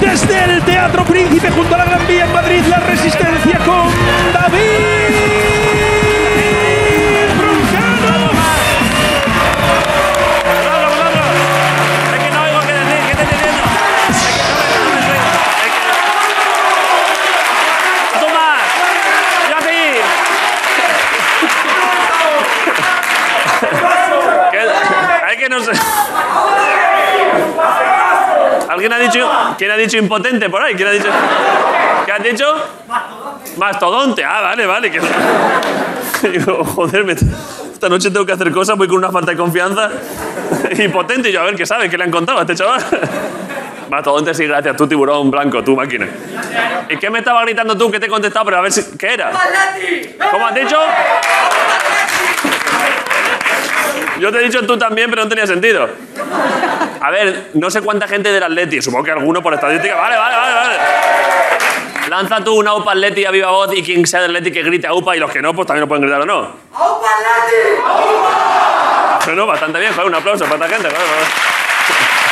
el Teatro Príncipe junto a la Gran Vía en Madrid, la resistencia con David Broncano. Perdona, perdona. Es que no oigo qué decir, ¿qué estoy diciendo? Es que no me dejan de oír. Es que- Tomás, yo así. Que- Es que no sé. ¿Alguien ha dicho? ¿Quién ha dicho impotente por ahí? ¿Quién ha dicho? ¿Qué has dicho? Mastodonte. Ah, vale, vale. que- Digo, joder, me- esta noche tengo que hacer cosas, voy con una falta de confianza. Impotente, y yo, a ver, ¿qué sabe? ¿Qué le han contado a este chaval? Mastodonte, sí, gracias. Tú, tiburón blanco, tú, máquina. ¿Y qué me estaba gritando tú? ¿Qué te he contestado? Pero a ver si... ¿Qué era? ¿Cómo has dicho? Yo te he dicho tú también, pero no tenía sentido. A ver, no sé cuánta gente del Atleti, supongo que alguno por estadística. Vale, vale, vale, vale. Lanza tú una UPA Atleti a viva voz y quien sea del Atleti que grite a UPA y los que no, pues también lo pueden gritar o no. Bueno, bastante bien, joder, un aplauso para esta gente. joder, joder.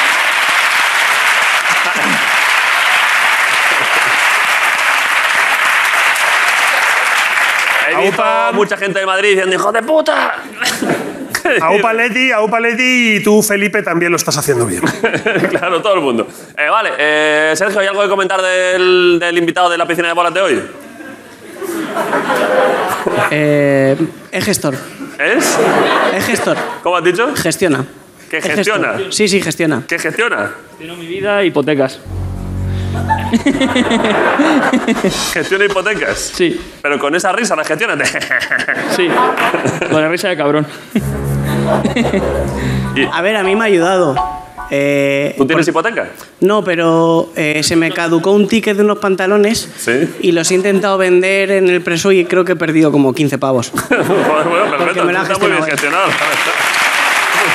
He visto Aupa. mucha gente de Madrid diciendo, hijo de puta. A Upa Leti, a Upa Leti y tú, Felipe, también lo estás haciendo bien. claro, todo el mundo. Eh, vale, eh, Sergio, ¿hay algo que comentar del, del invitado de la piscina de bolas de hoy? Eh, es gestor. ¿Es? Es gestor. ¿Cómo has dicho? Gestiona. ¿Que Es gestor. gestiona? Sí, sí, gestiona. ¿Qué gestiona? Tiene mi vida, hipotecas. Gestiona hipotecas. Sí, Pero con esa risa la gestiona. sí. Con la risa de cabrón. A ver, a mí me ha ayudado. Eh, ¿Tú tienes hipoteca? no, pero eh, se me caducó un ticket de unos pantalones Sí. y los he intentado vender en el preso y creo que he perdido como 15 pavos. Ah, Joder, bueno, perfecto. me la Está has muy ¿eh? bien gestionado. gestionado, ¿eh?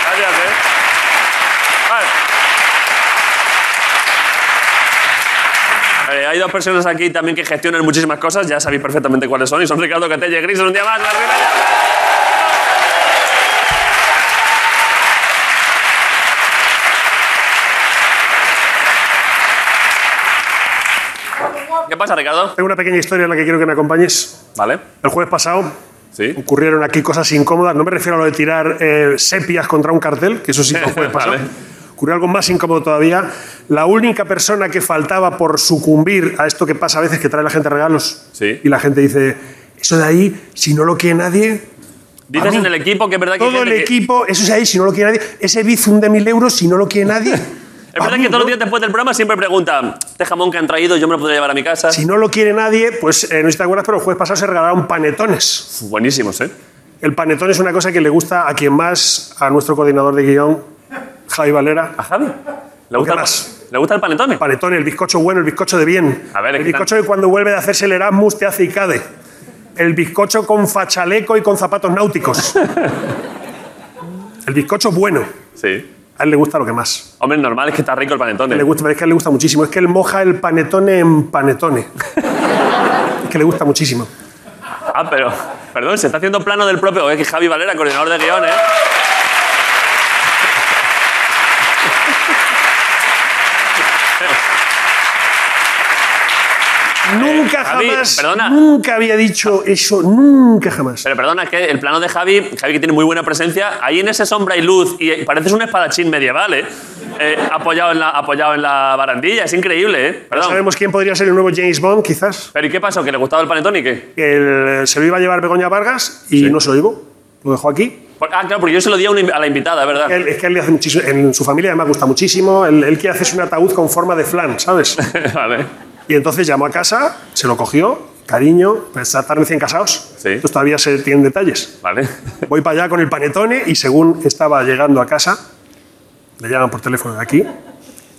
la verdad. Gracias, eh. Vale. Eh, hay dos personas aquí también que gestionan muchísimas cosas, ya sabéis perfectamente cuáles son, y son Ricardo Catella y Gris, un día más. ¡La Ribera! ¿Qué pasa, Ricardo? Tengo una pequeña historia en la que quiero que me acompañes. Vale, El jueves pasado sí. ocurrieron aquí cosas incómodas. No me refiero a lo de tirar eh, sepias contra un cartel, que eso sí que el jueves pasado. Vale. Ocurrió algo más incómodo todavía. La única persona que faltaba por sucumbir a esto que pasa a veces, que trae la gente regalos, Sí. y la gente dice, eso de ahí, si no lo quiere nadie, Dices mí. en el equipo que es verdad que. hay todo el gente que- equipo, eso de ahí, si no lo quiere nadie, ese bizum de mil euros, si no lo quiere nadie. Es verdad a mí que todos no. los días después del programa siempre preguntan: ¿Este jamón que han traído yo me lo podría llevar a mi casa? Si no lo quiere nadie, pues eh, no sé si te acuerdas, pero el jueves pasado se regalaron panetones. Uf, Buenísimos, ¿eh? El panetón es una cosa que le gusta a quien más, a nuestro coordinador de guión, Javi Valera. ¿A Javi? ¿Le gusta, el, pa- más? ¿Le gusta el panetone? Panetón, el bizcocho bueno, el bizcocho de bien. A ver, es el que bizcocho que cuando vuelve de hacerse el Erasmus te hace Icade. El bizcocho con fachaleco y con zapatos náuticos. el bizcocho bueno. sí. A él le gusta lo que más. Hombre, normal es que está rico el panetone. Le gusta, pero es que a él le gusta muchísimo. Es que él moja el panetone en panetone. es que le gusta muchísimo. Ah, pero. Perdón, se está haciendo plano del propio. Oye, que Javi Valera, coordinador de ¿eh? guiones. Nunca Javi, jamás. perdona. Nunca había dicho eso. Nunca jamás. Pero perdona, es que el plano de Javi, Javi que tiene muy buena presencia, ahí en ese sombra y luz, y eh, pareces un espadachín medieval, ¿eh? Eh, apoyado, en la, apoyado en la barandilla, es increíble, ¿eh? No Perdón. sabemos quién podría ser el nuevo James Bond, quizás. ¿Pero y qué pasó? ¿Que le gustaba el panetón y qué? El- eh, se lo iba a llevar Begoña Vargas y Sí. no se lo llevó. Lo dejó aquí. Por- ah, claro, porque yo se lo di a, una in- a la invitada, ¿verdad? Él- es que él le hace muchísimo. En su familia además gusta muchísimo. Él, él quiere hacerse un ataúd con forma de flan, ¿sabes? vale. Y entonces llamó a casa, se lo cogió, cariño, pues esta tarde recién casados. Sí. Entonces todavía se tienen detalles. Vale. Voy para allá con el panetone y según estaba llegando a casa, le llaman por teléfono de aquí,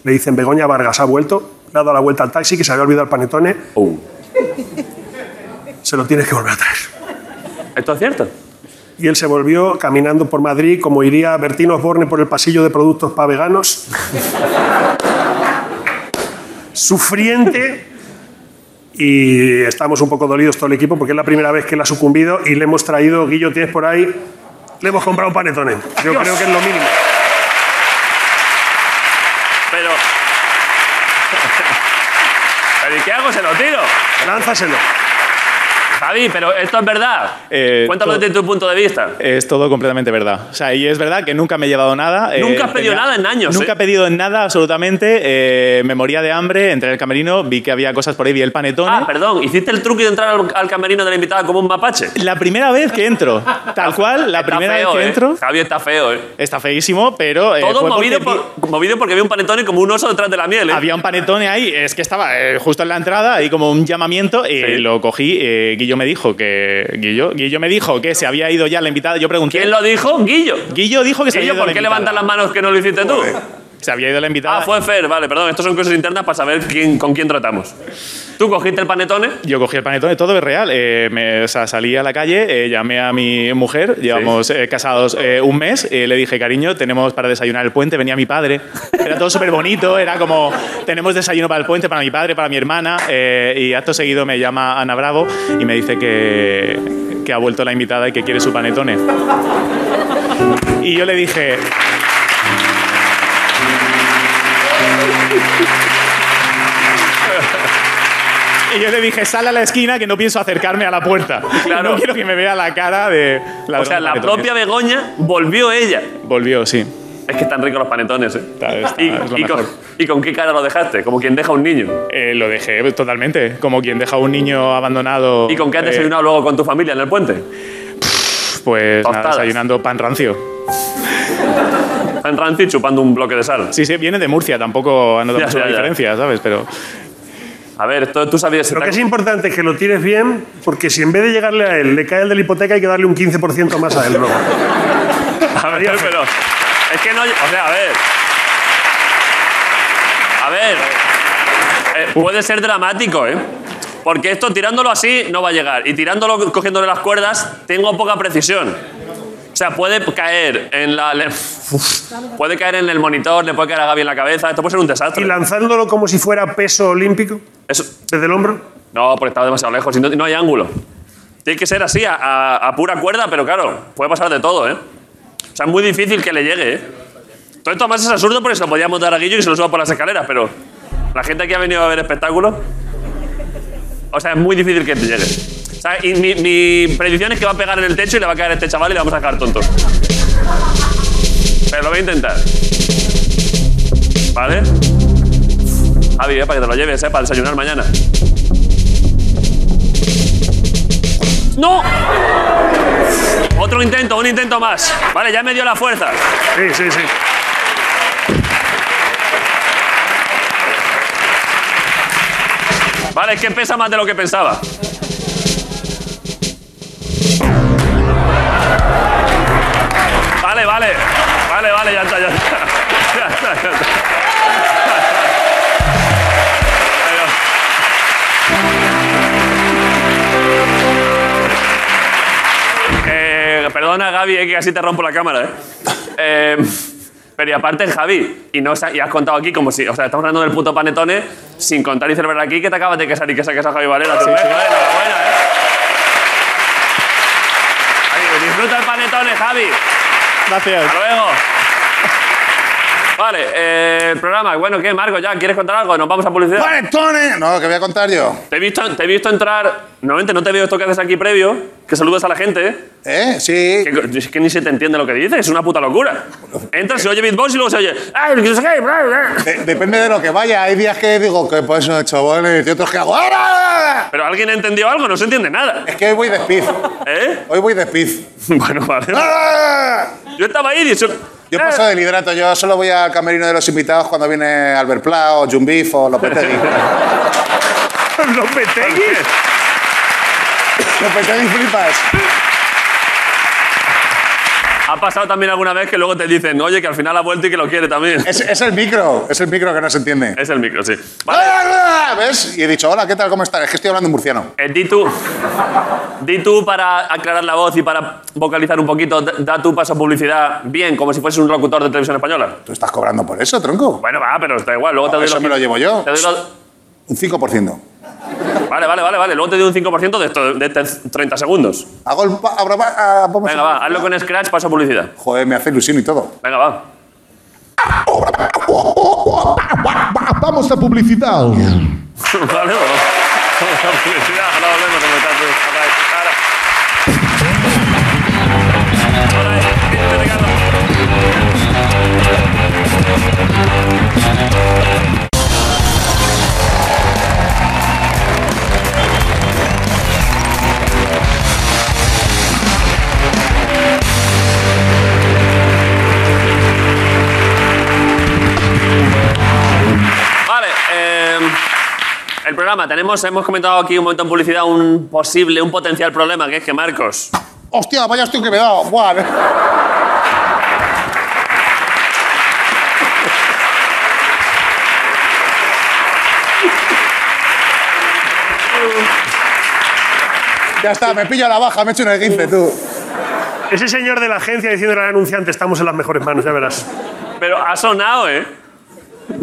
le dicen Begoña Vargas ha vuelto, le ha dado la vuelta al taxi que se había olvidado el panetone, Uh. se lo tienes que volver a traer. ¿Esto es cierto? Y él se volvió caminando por Madrid, como iría Bertino Osborne por el pasillo de productos para veganos. Sufriente. Y estamos un poco dolidos todo el equipo porque es la primera vez que él ha sucumbido y le hemos traído, Guillo, tienes por ahí, le hemos comprado panetones. Yo creo que es lo mínimo. Pero. se lo tiro. Lánzaselo. Javi, pero esto es verdad. Eh, Cuéntalo todo- desde tu punto de vista. Es todo completamente verdad. O sea, y es verdad que nunca me he llevado nada. eh, Nunca has pedido nada en años, Nunca ¿eh? he pedido nada, absolutamente. Eh, me moría de hambre, entré en el camerino, vi que había cosas por ahí, vi el panetón. Ah, perdón, hiciste el truco de entrar al, al camerino de la invitada como un mapache. la primera vez que entro, tal cual, la Está primera feo, vez que ¿eh? entro, Javi está feo, ¿eh? está feísimo, pero. eh, Todo fue movido, porque vi- por- movido porque había un panetone como un oso detrás de la miel, ¿eh? Había un panetone ahí, es que estaba eh, justo en la entrada, ahí como un llamamiento, y Sí. lo cogí. eh, Guillo me dijo que. Guillo, Guillo me dijo que se había ido ya la invitada. Yo pregunté. ¿Quién lo dijo? Guillo. Guillo dijo que se había Guillo, ido ¿por la qué invitada. levantas las manos que no lo hiciste tú? Se había ido la invitada. Ah, fue Fer, vale, perdón. Estas son cosas internas para saber quién, con quién tratamos. Tú cogiste el panetone. Yo cogí el panetón, todo es real. Eh, me- o sea, salí a la calle, eh, llamé a mi mujer, llevamos eh, casados eh, un mes, eh, le dije, cariño, tenemos para desayunar el puente, venía mi padre. Era todo súper bonito, era como, tenemos desayuno para el puente, para mi padre, para mi hermana, eh, y acto seguido me llama Ana Bravo y me dice que, que ha vuelto la invitada y que quiere su panetone. Y yo le dije... Y yo le dije, sal a la esquina que no pienso acercarme a la puerta. Claro. No quiero que me vea la cara de... O sea, ladrón de la panetones". propia Begoña volvió ella. Volvió, sí. Es que están ricos los panetones, ¿eh? Está- está- y, es lo y con, mejor. ¿Y con qué cara lo dejaste? Como quien deja un niño. Eh, lo dejé totalmente, como quien deja a un niño abandonado. ¿Y con qué has eh, desayunado luego con tu familia en el puente? pues nada, Tostadas. desayunando pan rancio. Pan rancio y chupando un bloque de sal. Sí, sí, viene de Murcia, tampoco Ya, anotamos ya, una ya. diferencia, ¿sabes? Pero A ver, esto tú sabías... se Lo te que ha- es importante es que lo tires bien, porque si en vez de llegarle a él le cae el de la hipoteca, hay que darle un 15% más a él luego. A ver, pero. Es que no. O sea, a ver. A ver. eh, puede ser dramático, ¿eh? Porque esto tirándolo así no va a llegar. Y tirándolo cogiéndole las cuerdas, tengo poca precisión. O sea, puede caer en la. le- puede caer en el monitor, le puede caer a Gaby en la cabeza. Esto puede ser un Y desastre. lanzándolo como si fuera peso olímpico, Eso- desde el hombro. no, porque está demasiado lejos y no, no hay ángulo. Tiene que ser así, a, a- a pura cuerda, pero claro, puede pasar de todo, ¿eh? O sea, es muy difícil que le llegue, ¿eh? Todo esto además es absurdo porque se lo podíamos dar a Guillo y se lo suba por las escaleras, pero la gente que ha venido a ver espectáculos, o sea, es muy difícil que te llegue. O sea, y mi, mi predicción es que va a pegar en el techo y le va a caer a este chaval y le vamos a dejar tontos. Pero lo voy a intentar. ¿Vale? Javi, eh, para que te lo lleves, ¿eh? Para desayunar mañana. ¡No! Otro intento, un intento más. Vale, ya me dio la fuerza. Sí, sí, sí. Vale, es que pesa más de lo que pensaba. Vale, vale. Vale, vale, ya está, ya está. Ya está, ya está. Pero- Eh, Perdona, Gaby, eh, que casi te rompo la cámara, ¿eh? Eh, pero y aparte, Javi, y, no, sa- y has contado aquí como si... O sea, estamos hablando del puto panetone sin contar y celebrar aquí que te acabas de casar y que saques a Javi Valera. tu mujer, enhorabuena, ¿eh? Ahí, disfruta el panetone, Javi. gracias. Hasta luego. Vale, eh, el programa. Bueno, ¿qué, Marco? ¿Ya quieres contar algo? Nos vamos a publicidad. ¡Panetones! No, que voy a contar yo. Te, he visto, te he visto entrar. Normalmente no te veo esto que haces aquí previo. Que saludas a la gente. ¿eh? ¿Eh? Sí. Que, es que ni se te entiende lo que dices. Es una puta locura. Entras, se oye beatbox y luego se oye. "Ay, que no sé qué, bla, bla". De- depende de lo que vaya. Hay días que digo que pues no he hecho goles y otros que hago. "Ah, ¡Ara! Pero alguien entendió algo, no se entiende nada. Es que hoy voy despiz. ¿Eh? Hoy voy despiz. Bueno, vale. ¡Ara! Yo estaba ahí y "Eh". Yo paso del hidrato. Yo solo voy al camerino de los invitados cuando viene Albert Pla o Jumbif o Lopetegui. ¿Lopetegui? Lopetegui flipas. Ha pasado también alguna vez que luego te dicen, oye, que al final ha vuelto y que lo quiere también. Es, es el micro. Es el micro que no se entiende. Es el micro, sí. Vale. ¡Ara! ¿Ves? Y he dicho, hola, ¿qué tal? ¿Cómo estás? Es que estoy hablando en murciano. Eh, di tú. Di tú para aclarar la voz y para vocalizar un poquito. da- Da tu paso a publicidad bien, como si fueses un locutor de televisión española. ¿Tú estás cobrando por eso, tronco? Bueno, va, pero está igual. Luego te No, doy eso los me lo 15. llevo yo. Te doy los- Un 5%. Vale, vale, vale, vale. Luego te doy un 5% de, esto, de este 30 segundos. Hago el... pa- abra- ah, vamos Venga, a- va. Hazlo con Scratch, paso a publicidad. Joder, me hace ilusión y todo. Venga, va. vale, pues. Vamos Vamos a publicidad. a la publicidad. Ahora volvemos a comentar todo. Ahora, ahora. Ahora, este regalo. Vale, eh, el programa. Tenemos, hemos comentado aquí un momento en publicidad un posible, un potencial problema, que es que Marcos. Hostia, vaya hostia que me he dado. Buah, no. Ya está, me pilla la baja, me he hecho una 15, tú. Ese señor de la agencia diciéndole al anunciante, estamos en las mejores manos, ya verás. Pero ha sonado, ¿eh?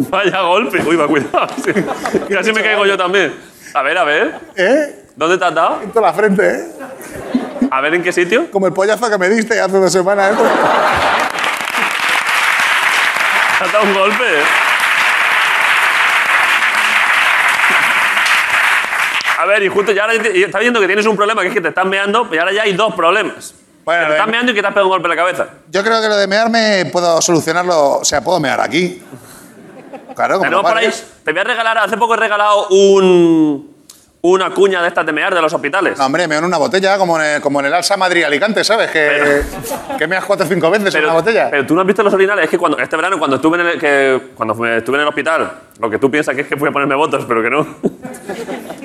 Vaya golpe. Uy, va, cuidado. Sí. Casi me caigo yo también. A ver, a ver. ¿Eh? ¿Dónde te has dado? En toda la frente, ¿eh? A ver, ¿en qué sitio? Como el pollazo que me diste hace dos semanas. ¿eh? ¿Te has dado un golpe? ¿eh? A ver, y justo ya ahora te- y estás viendo que tienes un problema, que es que te estás meando, y ahora ya hay dos problemas. Bueno, que te estás ven. meando y que te has pegado un golpe en la cabeza. Yo creo que lo de mearme puedo solucionarlo, o sea, puedo mear aquí. Claro, como Tenemos lo por ahí. pares. Te voy a regalar, hace poco he regalado un, una cuña de estas de mear de los hospitales. No, hombre, meo en una botella, como en el, como en el Alsa Madrid-Alicante, ¿sabes? Que, que meas cuatro o cinco veces en una botella. pero tú no has visto los orinales. Es que cuando, este verano, cuando estuve en el, que, cuando fue- estuve en el hospital, lo que tú piensas que es que fui a ponerme botas, pero que no.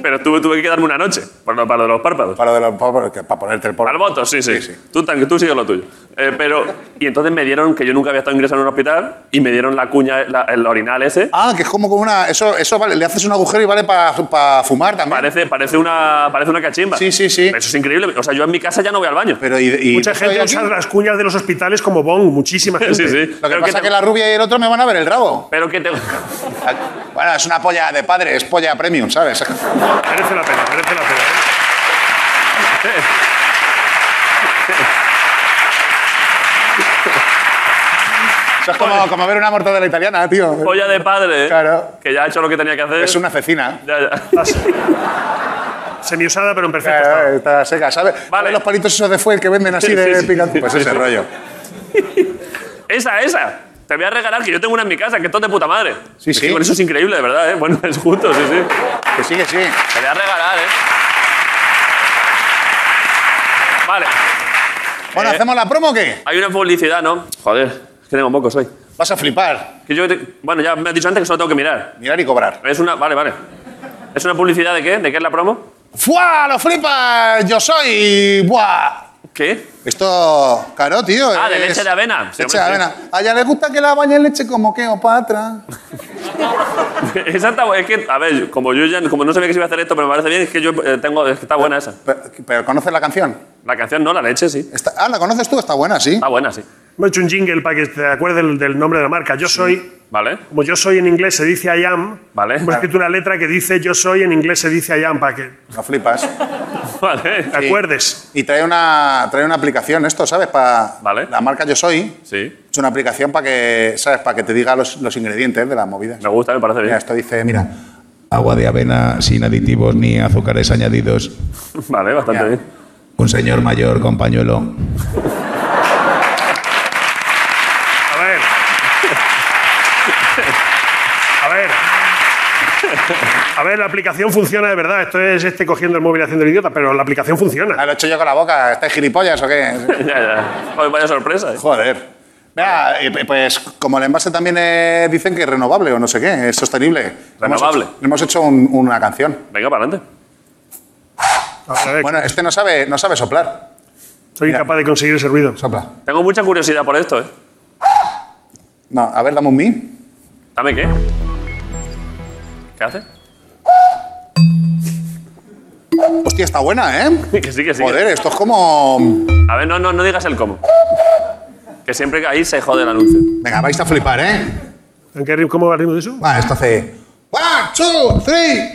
pero tuve, tuve que quedarme una noche para, lo- para lo de los párpados. para, de los- para- que- para ponerte el polvo. Al voto, sí, sí. Sí, sí. Tú, tan- tú sigues lo tuyo. Eh, pero, y entonces me dieron, que yo nunca había estado ingresado en un hospital, y me dieron la cuña, la- el orinal ese. Ah, que es como con una. Eso, eso vale, le haces un agujero y vale para fumar también. Parece, parece, una, parece una cachimba. Sí, sí, sí. Eso es increíble. O sea, yo en mi casa ya no voy al baño. Pero y, y- Mucha ¿estoy gente aquí? usa las cuñas de los hospitales como bong, muchísima gente. Sí, sí. Lo que Pero pasa es te- que la rubia y el otro me van a ver el rabo. Pero que te... Bueno, es una polla de padre, es polla premium, ¿sabes? Merece la pena, merece la pena. ¿eh? ¿eh? Eso es como, como ver una mortadela italiana, tío. Polla de padre. Claro. Que ya ha hecho lo que tenía que hacer. Es una cecina. Ya, ya. Semiusada, pero en perfecto estado. Claro, Eh, está seca, ¿sabes? Vale. Los palitos esos de fuel que venden así Sí, de sí, sí. picante. Pues ese rollo. Esa, esa. Te voy a regalar que yo tengo una en mi casa, que esto es de puta madre. Sí, Es que sí. con eso es increíble, de verdad, ¿eh? Bueno, es justo, sí, sí. Que sí, que sí. Te voy a regalar, ¿eh? Vale. Bueno, Eh. ¿hacemos la promo o qué? Hay una publicidad, ¿no? Joder, es que tengo mocos hoy. Vas a flipar. Que yo te- Bueno, ya me has dicho antes que solo tengo que mirar. Mirar y cobrar. Es una... Vale, vale. ¿Es una publicidad de qué? ¿De qué es la promo? ¡Fua! ¡Lo flipas! ¡Yo soy! ¡Buah! ¿Qué? Esto, claro, tío. Ah, de es- leche de avena. Sí, leche de hombre, sí. avena. A ella le gusta que la bañe en leche como que Opatra. Esa está bu- Es que, a ver, como yo ya... Como no sabía que se iba a hacer esto, pero me parece bien, es que yo eh, tengo... Es que está buena esa. Pero, pero ¿conoces la canción? La canción no, la leche sí. Está- ah, ¿la conoces tú? Está buena, sí. Está buena, sí. Hemos hecho un jingle para que te acuerdes del, del nombre de la marca. Yo soy, Vale. como yo soy en inglés se dice I am, Vale. hemos escrito una letra que dice yo soy, en inglés se dice I am, para que No flipas. Vale. te acuerdes. Y trae una, trae una aplicación, esto, ¿sabes? Para Vale. la marca Yo Soy. Sí. Es una aplicación para que, ¿sabes? Para que te diga los, los ingredientes de las movidas. Me gusta, me parece Mira, bien. esto dice, mira, Agua de avena sin aditivos ni azúcares añadidos. Vale, bastante Ya. bien. Un señor mayor con pañuelo. A ver. A ver. A ver, la aplicación funciona de verdad. Esto es este cogiendo el móvil y haciendo el idiota, pero la aplicación funciona. ah, lo he hecho yo con la boca. ¿Estáis gilipollas o qué? ya, ya. Joder, vaya sorpresa. ¿eh? Joder. Mira, eh, pe- pues como el envase también eh, dicen que es renovable o no sé qué, es sostenible. Hemos Renovable. hecho- Hemos hecho, un- una canción. Venga, para adelante. A ver, Bueno, este no sabe, no sabe soplar. soy mira. incapaz de conseguir ese ruido. Sopla. Tengo mucha curiosidad por esto, ¿eh? No, a ver, dame un mi. Dame qué. ¿Qué hace? Hostia, está buena, ¿eh? Que sí, que sí. que- Joder, esto es como... A ver, no, no, no digas el cómo. Que siempre que ahí se jode el anuncio. Venga, vais a flipar, ¿eh? ¿En qué ritmo- ¿Cómo va el ritmo de eso? Vale, Ah, esto hace... One, two, three.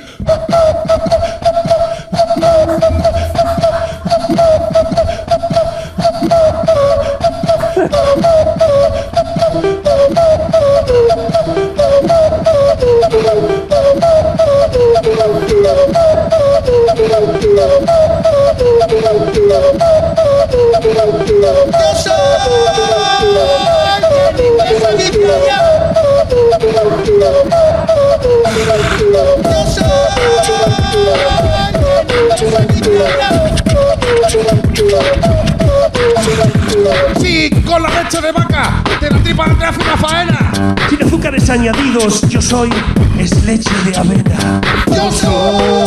Sí, con la leche de vaca, de la tripa atrás una faena. Sin azúcares añadidos, yo soy es leche de avena. Yo soy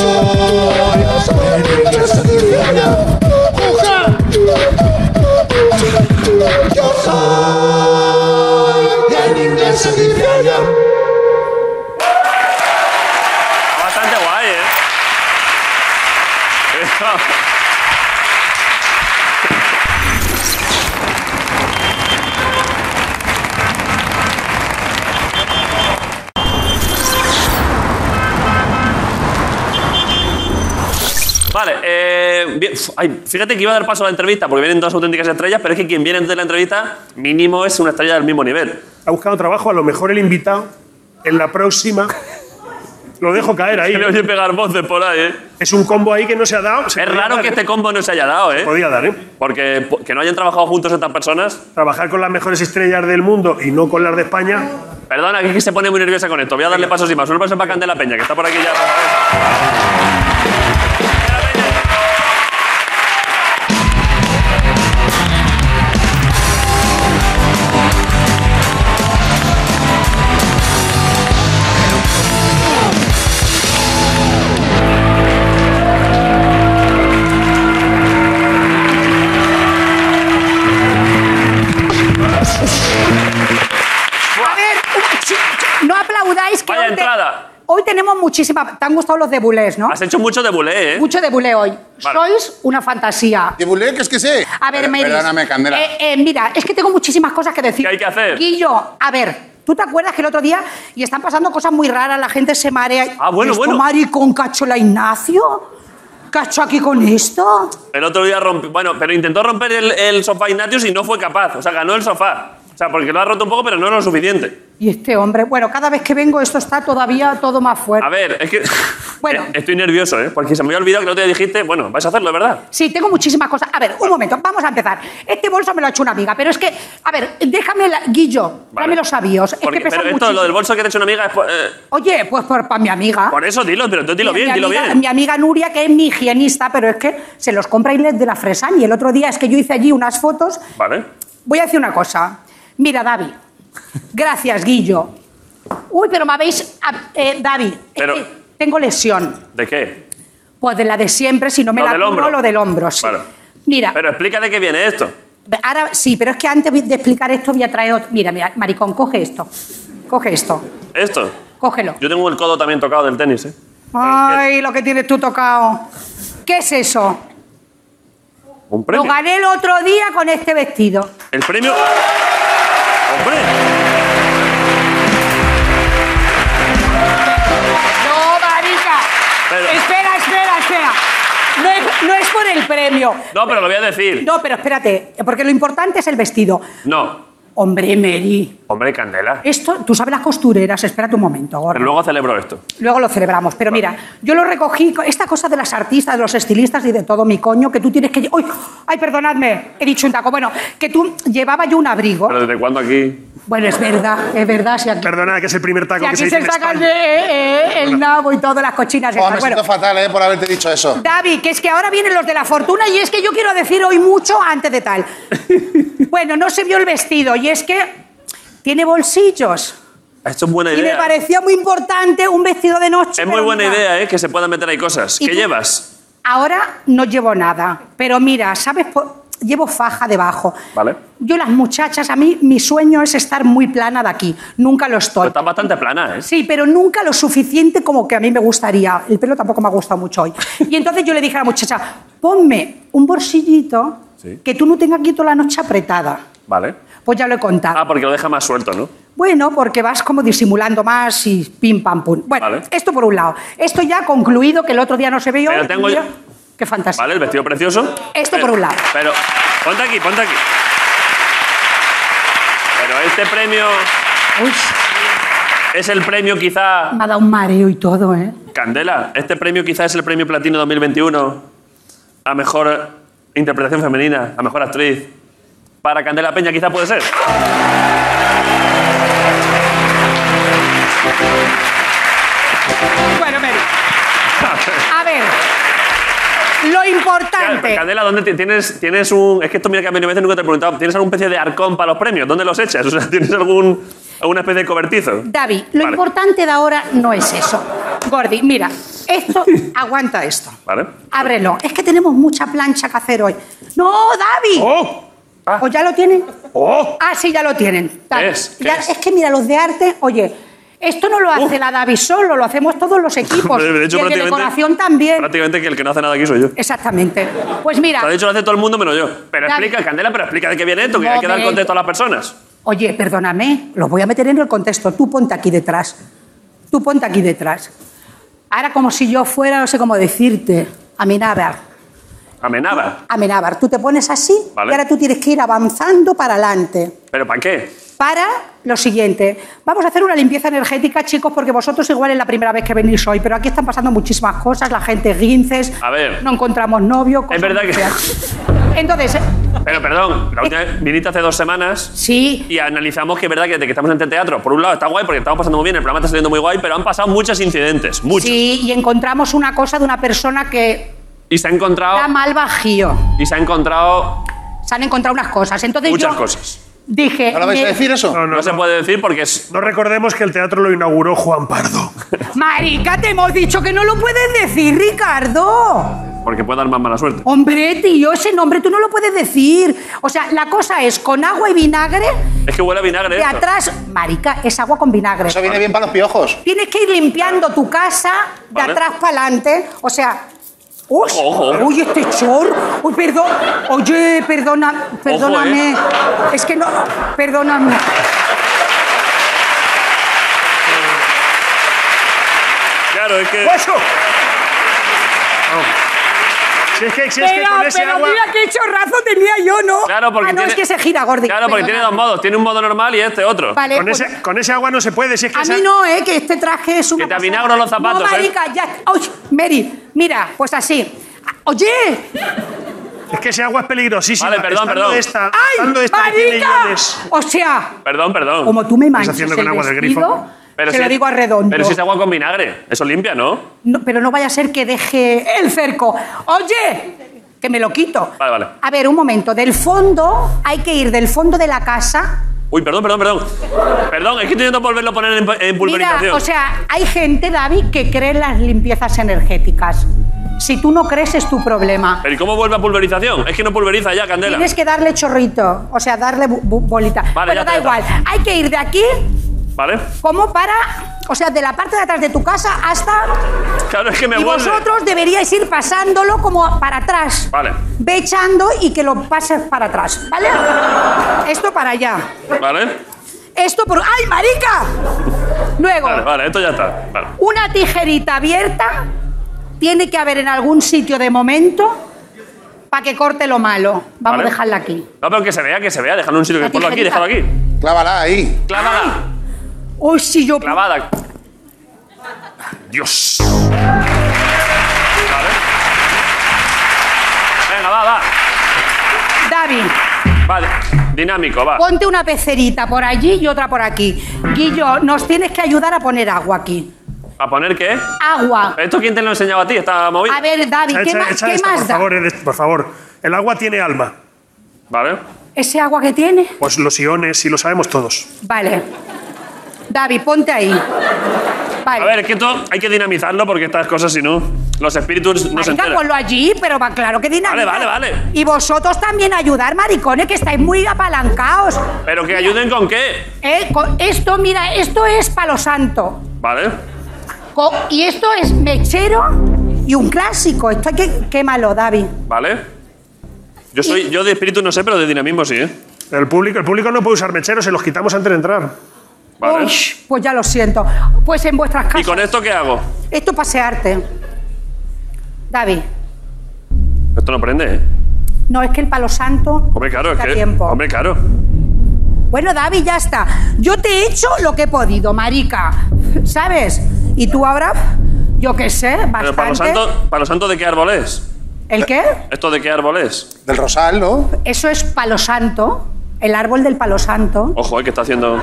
¡Juja! Yo soy el inglés se dice allá. Está bastante guay, ¿eh? Vale, eh, bien, f- ay, fíjate que iba a dar paso a la entrevista porque vienen dos auténticas estrellas, pero es que quien viene antes de la entrevista mínimo es una estrella del mismo nivel. Ha buscado trabajo, a lo mejor el invitado en la próxima. Lo dejo caer ahí. Y le oye pegar voces por ahí, ¿eh? Es un combo ahí que no se ha dado. se Es podía raro dar, que ¿eh? este combo no se haya dado, ¿eh? Podía dar, ¿eh? Porque po- que no hayan trabajado juntos estas personas. Trabajar con las mejores estrellas del mundo y no con las de España. Perdona, que es que se pone muy nerviosa con esto. Voy a darle pasos y más. Un paso para Candela Peña, que está por aquí ya. por favor. A ver, sí, no aplaudáis que Vaya hoy, te- entrada. hoy tenemos muchísima. Te han gustado los debulés, ¿no? Has hecho mucho de bulé, ¿eh? Mucho debulé hoy. Vale. Sois una fantasía. ¿Qué bulé? que es que sí? A ver, Per- Meris. Perdóname, Candela. Eh, eh, mira, es que tengo muchísimas cosas que decir. ¿Qué hay que hacer? Guillo, a ver. ¿Tú te acuerdas que el otro día y están pasando cosas muy raras, la gente se marea? Ah, bueno, ¿Esto, bueno. Mari con Cachola Ignacio? ¿Cacho aquí con esto? El otro día rompió. Bueno, pero intentó romper el, el sofá Ignatius y no fue capaz. O sea, ganó el sofá. O sea, porque lo ha roto un poco, pero no lo suficiente. Y este hombre, bueno, cada vez que vengo esto está todavía todo más fuerte. A ver, es que. Bueno. Estoy nervioso, ¿eh? Porque se me había olvidado que el otro día dijiste, bueno, vais a hacerlo, ¿verdad? Sí, tengo muchísimas cosas. A ver, un momento, vamos a empezar. Este bolso me lo ha hecho una amiga, pero es que, a ver, déjame, la, Guillo, dame los avíos. Es Porque- que pesan pero esto, lo muchísimo. del bolso que te ha hecho una amiga es. por- eh, Oye, pues por, para mi amiga. por eso dilo, pero tú dilo Mi- bien, mi dilo amiga- bien. Mi amiga Nuria, que es mi higienista, pero es que se los compra y les de la Fresani. Y el otro día es que yo hice allí unas fotos. Vale. Voy a decir una cosa. Mira, David. Gracias, Guillo. Uy, pero me habéis... a- eh, David, es Pero- que tengo lesión. ¿De qué? Pues de la de siempre, si no me Lo la del curo, hombro. lo del hombro, sí. Vale. Mira, Pero explica de qué viene esto. Ahora, sí, pero es que antes de explicar esto voy a traer otro. Mira, mira, maricón, coge esto. Coge esto. Esto. Cógelo. Yo tengo el codo también tocado del tenis, ¿eh? Ay, lo que tienes tú tocado. ¿Qué es eso? Un Lo premio. gané el otro día con este vestido. El premio. ¡Hombre! No, marica. Pero- Espera, espera, espera. No es, no es por el premio. No, pero lo voy a decir. No, pero espérate, porque lo importante es el vestido. No. Hombre, Mary, Hombre, Candela. esto, tú sabes las costureras, espérate un momento, gorda. Pero luego celebro esto. Luego lo celebramos. Pero mira, yo lo recogí, co- esta cosa de las artistas, de los estilistas y de todo mi coño, que tú tienes que... lle- ¡Uy! ¡Ay, perdonadme! He dicho un taco. Bueno, que tú llevaba yo un abrigo. Pero desde cuándo aquí. Bueno, es verdad, es verdad. Si aquí, Perdona, que es el primer taco si que aquí se se, dice en sacan España. eh, eh, el nabo y todas las cochinas. Oh, estas. me Bueno, siento fatal, ¿eh? Por haberte dicho eso. David, que es que ahora vienen los de la fortuna y es que yo quiero decir hoy mucho antes de tal. bueno, no se vio el vestido y es que tiene bolsillos. Esto es buena Y me idea. pareció muy importante un vestido de noche. Es muy pero buena mira. idea, ¿eh? Que se puedan meter ahí cosas. ¿Y ¿Qué tú? llevas? Ahora no llevo nada, pero mira, ¿sabes? Po- Llevo faja debajo. Vale. Yo, las muchachas, a mí mi sueño es estar muy plana de aquí. Nunca lo Pero estoy. estás bastante plana, ¿eh? Sí, pero nunca lo suficiente como que a mí me gustaría. El pelo tampoco me ha gustado mucho hoy. Y entonces yo le dije a la muchacha, ponme un bolsillito Sí. que tú no tengas aquí toda la noche apretada. Vale. Pues ya lo he contado. Ah, porque lo deja más suelto, ¿no? Bueno, porque vas como disimulando más y pim, pam, pum. Bueno, Vale. esto por un lado. Esto ya concluido, que el otro día no se vio. Pero tengo yo- Mira, Qué fantasía. Vale, el vestido precioso. Esto Pero- por un lado. Pero, ponte aquí, ponte aquí. Pero este premio Uy, es el premio quizá... me ha dado un mareo y todo, ¿eh? Candela, este premio quizás es el premio platino 2021 a mejor interpretación femenina, a mejor actriz. Para Candela Peña quizás puede ser. Bueno, Mary. A ver. Lo importante. Candela, ¿dónde ti- tienes, tienes un... Es que esto mira que a mí veces nunca te he preguntado. ¿Tienes alguna especie de arcón para los premios? ¿Dónde los echas? O sea, ¿tienes algún, alguna especie de cobertizo? David, lo Vale. importante de ahora no es eso. Gordi, mira, esto, aguanta esto. Vale. Ábrelo. Es que tenemos mucha plancha que hacer hoy. ¡No, David! Oh. ¿O ya lo tienen? Ah, sí, ya lo tienen. Dale. es? Oh. ¿Qué Ya- es? Uh. es que mira, los de arte, oye, esto no lo hace la David solo, lo hacemos todos los equipos. De hecho, y el de prácticamente- decoración también. Prácticamente que el que no hace nada aquí soy yo. Exactamente. Pues mira, Lo ha dicho, lo hace todo el mundo menos yo. Pero Dale. explica, Candela, pero explica de qué viene esto, que hay que dar Momento. contexto a las personas. Oye, perdóname, los voy a meter en el contexto. Tú ponte aquí detrás. Tú ponte aquí detrás. Ahora, como si yo fuera, no sé cómo decirte, Amenábar. Amenaba. Amenábar, tú te pones así y Vale. ahora tú tienes que ir avanzando para adelante. ¿Pero para qué? Para lo siguiente, vamos a hacer una limpieza energética, chicos, porque vosotros igual es la primera vez que venís hoy, pero aquí están pasando muchísimas cosas, la gente guinces, A ver. no pues, encontramos novio. cosas verdad muy que- feas. Entonces, eh, Pero perdón, la última vez viniste hace dos semanas sí, y analizamos que es verdad que desde que estamos en teatro, por un lado está guay porque estamos pasando muy bien, el programa está saliendo muy guay, pero han pasado muchos incidentes, muchos. sí, y encontramos una cosa de una persona que Y se ha encontrado está mal bajío. y se ha encontrado se han encontrado unas cosas. Entonces muchas yo cosas. dije, ¿No lo vais a me- decir eso? No, No, no, se no. puede decir porque es No recordemos que el teatro lo inauguró Juan Pardo. marica, te hemos dicho que no lo puedes decir, Ricardo. porque puede dar más mala suerte. Hombre, tío, ese nombre tú no lo puedes decir. O sea, la cosa es con agua y vinagre, Es que huele a vinagre. de esto. atrás, marica, es agua con vinagre. Eso viene bien para los piojos. Tienes que ir limpiando tu casa de Vale. atrás para adelante. O sea, uy, Ojo, ojo. uy, este chor. Uy, perdón. Oye, perdona, perdóname. Es que no, perdóname. Claro, es que ¡Hueso! No. Si es que, si es que Pero, con ese pero agua... mira qué chorrazo tenía yo, ¿no? claro porque ah, no, tiene- es que se gira, Gordi. Claro, porque tiene dos Perdona. modos, tiene un modo normal y este otro. Vale, Con pues, ese, con ese agua no se puede, si es que... a esa- mí no, ¿eh? Que este traje es una... Que te pasada. avinagro los zapatos, No, ¿eh? marica, ya... Uy, Mary, mira, pues así. Ah, Oye, Es que ese agua es peligrosísima. eh. Vale, perdón, Estando perdón. Esta, estando ¡ay, esta que tiene marica! iones. O sea, Perdón, perdón. como tú me manchas haciendo el con agua del grifo. vestido, se si- lo digo a Redondo. Pero si es agua con vinagre, eso limpia, ¿no? No, pero no vaya a ser que deje el cerco. Oye, que me lo quito. Vale, vale. A ver, un momento. Del fondo, hay que ir del fondo de la casa Uy, perdón, perdón, perdón. Perdón, es que estoy intentando volverlo a poner en, en pulverización. Mira, o sea, hay gente, David, que cree en las limpiezas energéticas. Si tú no crees, es tu problema. Pero ¿y cómo vuelve a pulverización? Es que no pulveriza ya, Candela. Tienes que darle chorrito, o sea, darle bu- bu- bolita. Vale, ya bueno, da está, igual. ya Hay que ir de aquí ¿Vale? como para, o sea, de la parte de atrás de tu casa hasta... Claro, es que me y vuelve. vosotros deberíais ir pasándolo como para atrás. Vale. Ve echando y que lo pases para atrás, ¿vale? Esto para allá. ¿Vale? Esto por... ¡Ay, marica! Luego... Vale, vale, esto ya está. Vale. Una tijerita abierta tiene que haber en algún sitio de momento para que corte lo malo. Vamos Vale. a dejarla aquí. No, pero que se vea, que se vea. Déjalo en un sitio. La que- Ponlo aquí, tijerita. déjalo aquí. Clávala ahí. Clavada. Uy, si yo... Clavada. Dios. Vale. Venga, va, va. David, Vale. Dinámico, va. ponte una pecerita por allí y otra por aquí. Guillo, nos tienes que ayudar a poner agua aquí. ¿A poner qué? Agua. ¿Esto quién te lo enseñaba a ti? Está movido. A ver, David, Echa- ¿qué, echa- más- echa qué esta, más por da? favor, Edith, por favor. El agua tiene alma. Vale. ¿Ese agua que tiene? Pues los iones, si lo sabemos todos. Vale. David, ponte ahí. Vale. A ver, es que esto hay que dinamizarlo porque estas cosas, si no, los espíritus no Marica, se enteran. ponlo allí, pero va claro que dinámica. Vale, vale, vale. Y vosotros también ayudar, maricones, que estáis muy apalancaos. Pero que ayuden con qué. Eh, co- Esto, mira, esto es palo santo. Vale. Co- y esto es mechero y un clásico. Esto hay que quémalo, David. Vale. Yo soy, yo de espíritu no sé, pero de dinamismo sí, ¿eh? El público, el público no puede usar mecheros, se los quitamos antes de entrar. Vale. Uy, pues ya lo siento. Pues en vuestras ¿Y casas. con esto qué hago? Esto es pasearte. David, Esto no prende, ¿eh? no es que el palo santo. Hombre, claro, es da que. tiempo. Hombre, claro. Bueno, David, ya está. Yo te he hecho lo que he podido, marica. ¿Sabes? Y tú ahora. Yo qué sé, Pero para los, bastante. santos, ¿Para los santos de qué árbol es? ¿El qué? ¿Esto de qué árbol es? Del rosal, ¿no? Eso es palo santo, el árbol del palo santo. Ojo, eh, que está haciendo.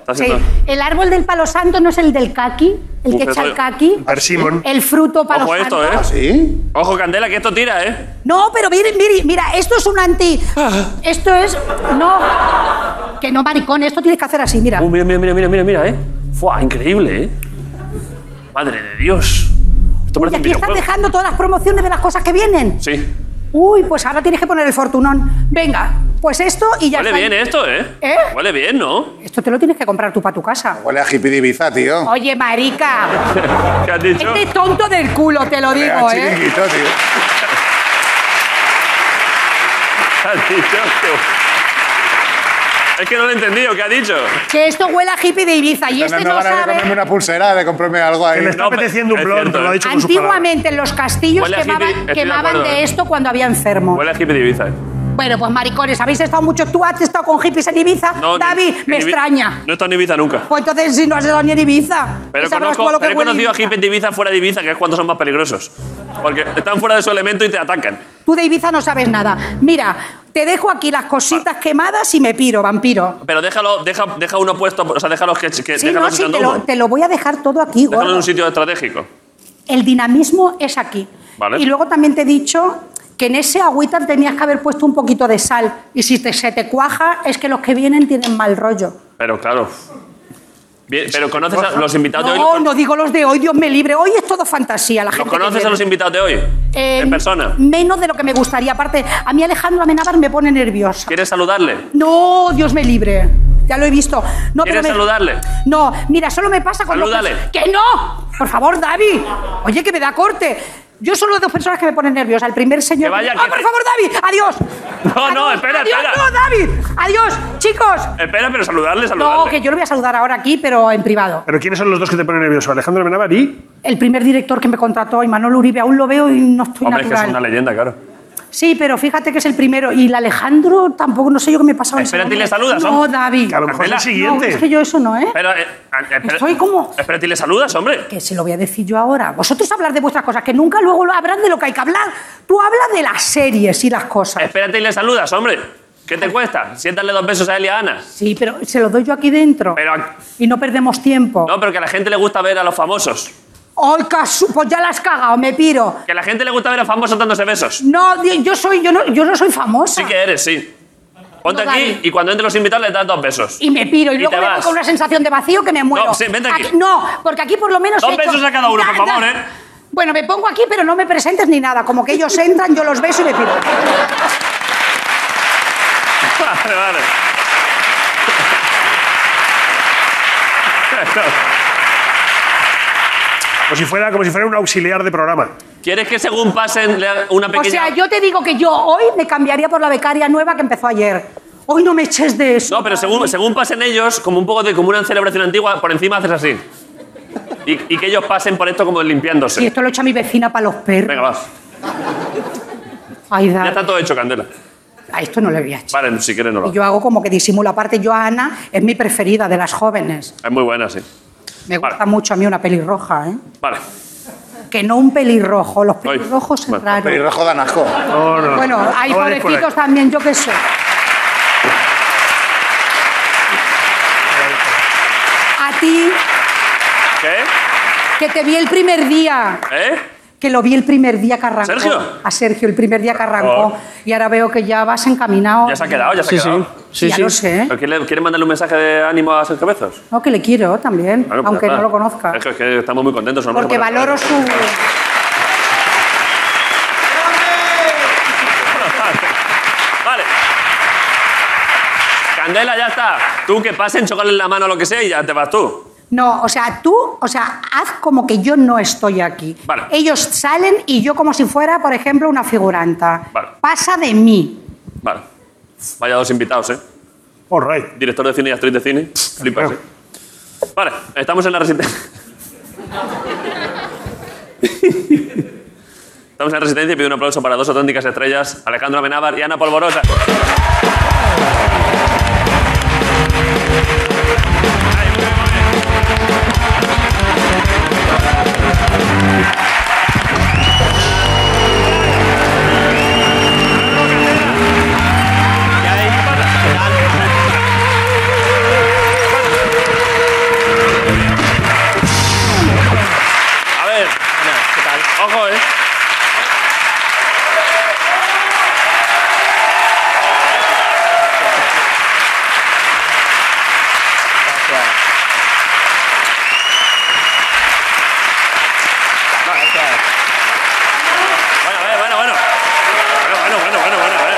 Está Sí, haciendo. el árbol del palo santo no es el del caqui, el Uf, que echa eso- el caqui, Persimón. el fruto palo Ojo a santo. esto, ¿eh? ¿Ah, Sí. Ojo, Candela, que esto tira, ¿eh? No, pero mire, mire, mira, esto es un anti. Ah. Esto es. No. Que no, maricón, esto tienes que hacer así, mira. Uh, mira, mira, mira, mira, mira, mira, ¿eh? Fua, increíble, ¿eh? Madre de Dios. Esto Y parece un aquí están videojuego. dejando todas las promociones de las cosas que vienen. Sí. Uy, pues ahora tienes que poner el fortunón. Venga, pues esto y ya Huele está. bien esto, ¿eh? ¿Eh? Huele bien, ¿no? Esto te lo tienes que comprar tú para tu casa. Huele a hippie de Ibiza, tío. Oye, marica, ¿Qué has dicho? este tonto del culo, te lo Huele a digo, ¿eh? chiringuito, tío. ¿Qué has dicho? Qué- Es que no lo he entendido, ¿qué ha dicho? Que esto huele a hippie de Ibiza y este Fernando, no ganas de sabe. comprarme una pulsera, de comprarme algo ahí. Que le está No, pero- apeteciendo un es blond, cierto, te lo ha ¿eh? dicho con su palabra. Antiguamente en los castillos Huele a quemaban, hippie, estoy de quemaban acuerdo. de esto cuando había enfermos. Huele a hippie de Ibiza. ¿eh? Bueno, pues maricones, habéis estado mucho. Tú has estado con hippies en Ibiza. No, David, ni- me en Ibi- extraña. No he estado en Ibiza nunca. Pues entonces, si no has estado ni en Ibiza, Pero, sabrás conozco, todo lo que pero he huele conocido a Ibiza. hippies de Ibiza fuera de Ibiza, que es cuando son más peligrosos. Porque están fuera de su elemento y te atacan. Tú de Ibiza no sabes nada. Mira, te dejo aquí las cositas quemadas y me piro, vampiro. Pero déjalo, deja, deja uno puesto, o sea, déjalos que, que Sí, no, déjalos sí, echando te lo, humo. te lo voy a dejar todo aquí, Déjalo en gordo. un sitio estratégico. El dinamismo es aquí. Vale. Y luego también te he dicho que en ese agüita tenías que haber puesto un poquito de sal. Y si te- se te cuaja, es que los que vienen tienen mal rollo. Pero claro. Bien, pero conoces a los invitados de hoy. No, no digo los de hoy, Dios me libre. Hoy es todo fantasía. La ¿Los gente que conoces a viene. los invitados de hoy? Eh, en persona. Menos de lo que me gustaría. Aparte, a mí Alejandro Amenábar me pone nerviosa. ¿Quieres saludarle? No, Dios me libre. Ya lo he visto. No, pero ¿Quieres me- saludarle? No, mira, solo me pasa con los Salúdale. que- ¡Que no! Por favor, David. Oye, que me da corte. Yo solo dos personas que me ponen nerviosa. El primer señor. Que vaya, ¡Ah, que por te- favor, David! ¡Adiós! No, no, Adiós, espera, adiós, espera. ¡No, David! ¡Adiós, chicos! Espera, pero saludarle, No, saludarle. que yo lo voy a saludar ahora aquí, pero en privado. Pero ¿quiénes son los dos que te ponen nervioso? Alejandro Amenábar y... El primer director que me contrató, Imanol Uribe, aún lo veo y no estoy Hombre, es que natural. es una leyenda, claro. Sí, pero fíjate que es el primero. Y el Alejandro tampoco, no sé yo qué me pasaba. en ese Espérate y le momento. saludas, No, hombre. David. Que a lo mejor es el No, Candela. siguiente. es que yo eso no, ¿eh? Pero, eh, a- espera- Estoy como- Espérate y le saludas, hombre. Que se lo voy a decir yo ahora. Vosotros hablar de vuestras cosas, que nunca luego lo hablan de lo que hay que hablar. Tú hablas de las series y las cosas. Espérate y le saludas, hombre. ¿Qué te cuesta? Siéntale dos besos a él y a Ana. Sí, pero se lo doy yo aquí dentro. Pero- Y no perdemos tiempo. No, pero que a la gente le gusta ver a los famosos. Hoy casu- pues ya las has cagado, me piro. Que a la gente le gusta ver a famosos dándose besos. No, di- yo soy, yo no, yo no soy famosa. Sí que eres, sí. Ponte No, aquí Dani. y cuando entren los invitados le das dos besos. Y me piro, y, Y luego te me voy vas. con una sensación de vacío que me muero. sí, vente aquí. No, porque aquí por lo menos. Dos he hecho besos a cada uno, por nada. favor, ¿eh? Bueno, me pongo aquí, pero no me presentes ni nada. Como que ellos entran, yo los beso y me piro. Vale, vale. Como si, fuera, como si fuera un auxiliar de programa. ¿Quieres que según pasen le haga una O pequeña... sea, yo te digo que yo hoy me cambiaría por la becaria nueva que empezó ayer. Hoy no me eches de eso. No, pero según, según pasen ellos, como un poco de como una celebración antigua, por encima haces así. Y, y que ellos pasen por esto como limpiándose. Y esto lo echa mi vecina para los perros. Venga, vas. Ay, Ya da. está todo hecho, Candela. A esto no le voy a echar. Vale, si quieres no lo Y yo hago como que disimula. Aparte, yo a Ana es mi preferida de las jóvenes. Es muy buena, sí. Me gusta Vale. mucho a mí una pelirroja, ¿eh? Vale. Que no un pelirrojo. Los Ay, pelirrojos es bueno, raro. Pelirrojo dan asco. No, no, no. Bueno, hay No vayas por ahí. pobrecitos también, yo qué sé. A ti, ¿Qué? que te vi el primer día, ¿Eh? que lo vi el primer día que arrancó. ¿Sergio? A Sergio, el primer día que favor. arrancó. Y ahora veo que ya vas encaminado. Ya se ha quedado, ya se Sí, ha sí. quedado. Sí, ya sí. lo sé. ¿eh? ¿Pero quién le- ¿Quiere mandarle un mensaje de ánimo a Sergio Bezos? No, que le quiero también, Bueno, pues aunque ya no está. lo conozca. Sergio, es que estamos muy contentos. nos vamos a Porque poner- valoro su... Vale. Candela, ya está. Tú que pasen, chocarle la mano o lo que sea y ya te vas tú. No, o sea, tú, o sea, haz como que yo no estoy aquí. Vale. Ellos salen y yo como si fuera, por ejemplo, una figuranta. Vale. Pasa de mí. Vale. Vaya dos invitados, ¿eh? All right. Director de cine y actriz de cine. Flipas, ¿eh? Vale, estamos en la resistencia. Estamos en la resistencia y pido un aplauso para dos auténticas estrellas, Alejandro Amenábar y Ana Polvorosa. A ver. ¿Qué tal? Ojo, ¿eh? Bueno, bueno, bueno, bueno. Bueno, bueno, bueno, bueno, bueno, bueno.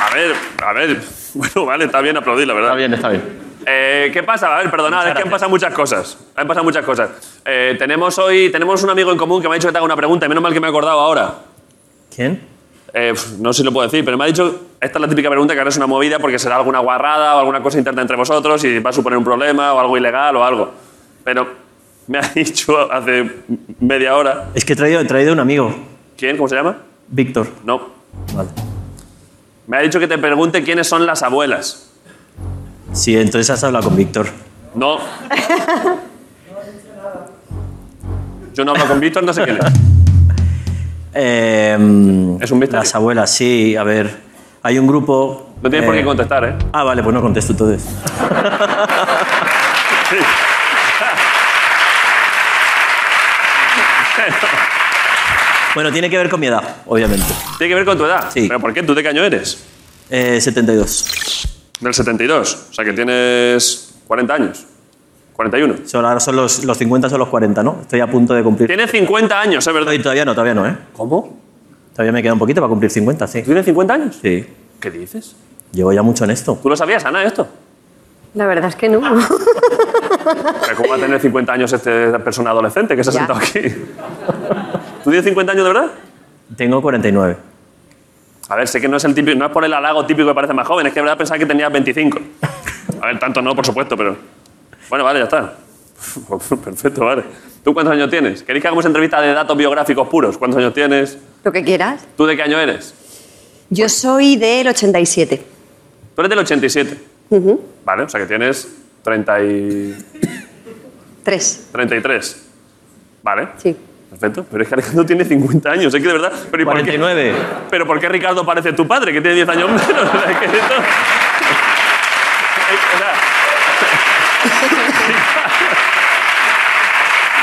A ver, a ver. A ver, a ver. Bueno, vale, está bien aplaudir, la verdad. Está bien, está bien. ¿Qué pasa? A ver, perdonad, es que han pasado muchas cosas. Han pasado muchas cosas. Eh, tenemos hoy tenemos un amigo en común que me ha dicho que te haga una pregunta y menos mal que me he acordado ahora. ¿Quién? Eh, pf, no sé si lo puedo decir, pero me ha dicho, esta es la típica pregunta que ahora es una movida porque será alguna guarrada o alguna cosa interna entre vosotros y va a suponer un problema o algo ilegal o algo. Pero me ha dicho hace media hora, Es que he traído, he traído un amigo, ¿quién? ¿Cómo se llama? Víctor. No. Vale. Me ha dicho que te pregunte quiénes son las abuelas. Sí, entonces has hablado con Víctor. No. Yo no hablo con Víctor, no sé quién es. Eh, Las abuelas, sí, a ver. Hay un grupo. No tienes por qué contestar, ¿eh? Ah, vale, pues no contesto entonces. bueno, tiene que ver con mi edad, obviamente. Tiene que ver con tu edad. Sí. ¿Pero por qué? ¿Tú de qué año eres? Eh, 72. Del 72. O sea que tienes 40 años. 41. Son, ahora son los, los 50 son los 40, ¿no? Estoy a punto de cumplir. Tienes 50 años, ¿es verdad? Todavía no, todavía no, ¿eh? ¿Cómo? Todavía me queda un poquito para cumplir 50, sí. ¿Tienes 50 años? Sí. ¿Qué dices? Llevo ya mucho en esto. ¿Tú lo sabías, Ana, esto? La verdad es que no. Pero ¿Cómo va a tener 50 años este- esta persona adolescente que se ha sentado aquí? ¿Tú tienes 50 años de verdad? Tengo 49. A ver, sé que no es el típico, no es por el halago típico que parece más joven, es que de verdad pensaba que tenías 25. A ver, tanto no, por supuesto, pero. Bueno, vale, ya está. Perfecto, vale. ¿Tú cuántos años tienes? ¿Queréis que hagamos entrevista de datos biográficos puros? ¿Cuántos años tienes? Lo que quieras. ¿Tú de qué año eres? Yo soy del 87. Tú eres del 87. Ujú. Vale, o sea que tienes 30 y... Tres. 33. Vale. Sí. Perfecto. Pero es que Alejandro tiene 50 años, es que de verdad. Pero ¿y por qué- 49. Pero ¿por qué Ricardo parece tu padre, que tiene 10 años menos? O sea, que esto- O sea,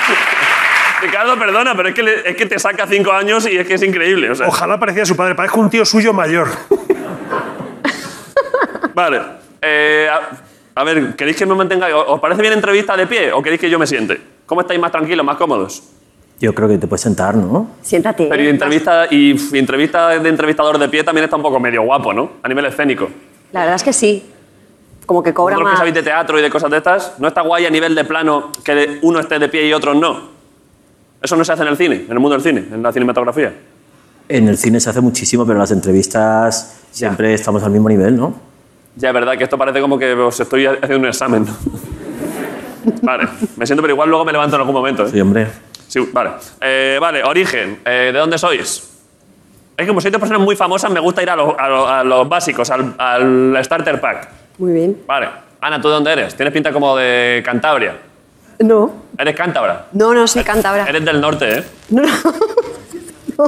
Ricardo, perdona, pero es que, le- es que te saca 5 años y es que es increíble. O sea. Ojalá parecía su padre, parezco un tío suyo mayor. Vale. Eh, a, a ver, ¿queréis que me mantenga? ¿Os os parece bien entrevista de pie o queréis que yo me siente? ¿Cómo estáis más tranquilos, más cómodos? Yo creo que te puedes sentar, ¿no? Siéntate. Pero y entrevista, y, f- entrevista de entrevistador de pie también está un poco medio guapo, ¿no? A nivel escénico. La verdad es que sí. Como que cobra Vosotros que más. sabéis de teatro y de cosas de estas, ¿no está guay a nivel de plano que de- uno esté de pie y otro no? Eso no se hace en el cine, en el mundo del cine, en la cinematografía. En el cine se hace muchísimo, pero en las entrevistas siempre estamos al mismo nivel, ¿no? Ya, es verdad que esto parece como que os estoy ha- haciendo un examen. ¿no? vale, me siento, pero igual luego me levanto en algún momento. ¿eh? Sí, hombre. Sí, vale. Eh, vale, origen. Eh, ¿De dónde sois? Es que como sois de personas muy famosas, me gusta ir a, los- a los- a los básicos, al, al starter pack. Muy bien. Vale. Ana, ¿tú de dónde eres? Tienes pinta como de Cantabria. No. Eres cántabra. No, no, soy cántabra. Eres del norte, ¿eh? No,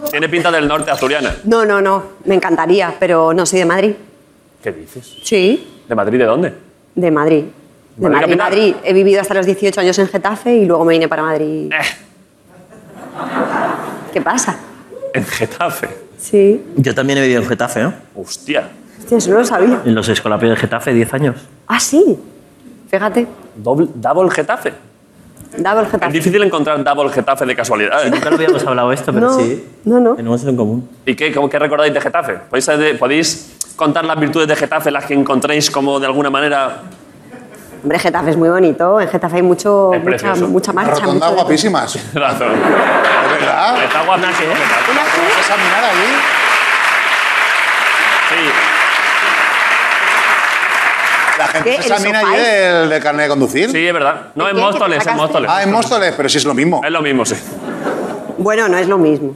Tienes pinta del norte asturiana. no, no, no. Me encantaría, pero no soy de Madrid. ¿Qué dices? Sí, ¿De Madrid de dónde? de Madrid. De Madrid Madrid, capital. Madrid. He vivido hasta los 18 años en Getafe y luego me vine para Madrid. Eh. ¿Qué pasa? En Getafe. Sí. Yo también he vivido en Getafe, ¿no? Hostia. Hostia, eso no lo sabía. En los escolapios de Getafe, 10 años. Ah, sí. Fíjate. Doble, double Getafe. Daba el Es Getafe. difícil encontrar double Getafe de casualidad. ¿eh? Nunca lo habíamos hablado esto, pero No, sí. no, no. Tenemos eso en común. ¿Y qué, cómo- qué recordáis de Getafe? ¿Podéis, eh, podéis contar las virtudes de Getafe, las que encontréis como de alguna manera... Hombre, Getafe es muy bonito. En Getafe hay mucho, Es mucha, precioso. mucha marcha. mucho Rotondas de- guapísimas. ¿De razón? verdad? Está guapísimo Getafe. ¿Podemos examinar allí? Sí, La gente ¿Qué? se ¿El examina allí sopáis? el de carnet de conducir. sí, es verdad. No, ¿De en qué? ¿Que te Móstoles, en sacaste? Móstoles. Ah, en Móstoles, pero si es lo mismo. Es lo mismo, sí. Bueno, no es lo mismo.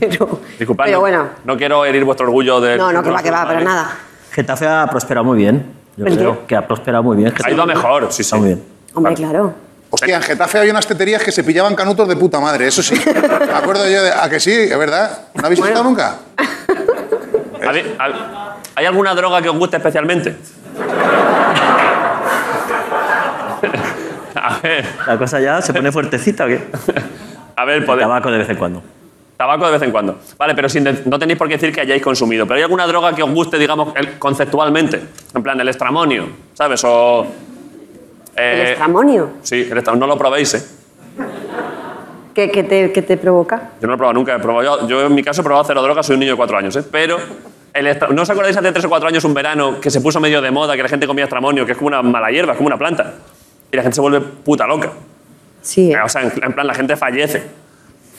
pero, Disculpad, pero no, bueno. no quiero herir vuestro orgullo de... No, no, que va, que va, Eh, Vale. para nada. Getafe ha prosperado muy bien. Yo creo que ha prosperado muy bien. Ha ido a mejor, sí, sí. Muy bien. Hombre, claro. Hostia, en Getafe había unas teterías que se pillaban canutos de puta madre, eso sí. Me acuerdo yo de. ¿A que sí? ¿Es verdad? ¿No habéis estado nunca? ¿Habe- hab- ¿Hay alguna droga que os guste especialmente? a ver, La cosa ya se pone fuertecita, ¿o qué? a ver, poder. Tabaco de vez en cuando. Tabaco de vez en cuando. Vale, pero sin de- no tenéis por qué decir que hayáis consumido. Pero hay alguna droga que os guste, digamos, el- conceptualmente. En plan, el estramonio, ¿sabes? O. ¿El eh, estramonio? Sí, el estramonio. No lo probéis, ¿eh? ¿Qué, qué te, qué te provoca? Yo no lo he probado nunca. he probado- yo, yo en mi caso he probado cero drogas, soy un niño de cuatro años, ¿eh? Pero. el estra- ¿No os acordáis hace tres o cuatro años un verano que se puso medio de moda, que la gente comía estramonio, que es como una mala hierba, es como una planta? Y la gente se vuelve puta loca. Sí. O sea, en, en plan, la gente fallece.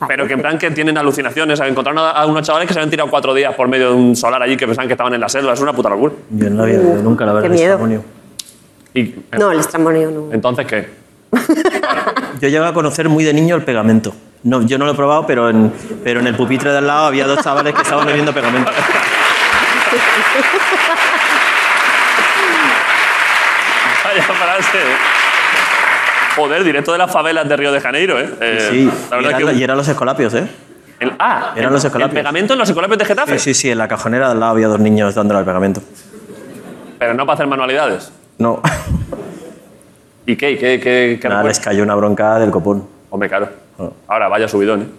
Pero que en plan que tienen alucinaciones. Encontraron a, a unos chavales que se habían tirado cuatro días por medio de un solar allí que pensaban que estaban en la selva. Es una puta locura. Yo no había ido nunca, la verdad. Qué miedo. testimonio. Y, No, el estramonio no. Entonces, ¿qué? Yo llego a conocer muy de niño el pegamento. No, yo no lo he probado, pero en, pero en el pupitre de al lado había dos chavales que estaban bebiendo pegamento. Vaya frase. ¿eh? Joder, directo de las favelas de Río de Janeiro, ¿eh? Eh, Sí, la y, verdad eran, es que... y eran los escolapios, ¿eh? el- ah, Eran el- los el escolapios. pegamento en los escolapios de Getafe. Sí, sí, sí, en la cajonera de al lado había dos niños dándole al pegamento. Pero no para hacer manualidades. No, ¿Y qué? ¿Y ¿Qué? ¿Qué? qué nada, les recuerdo? cayó una bronca del copón. Ah. Hombre, claro. Ahora, vaya subidón,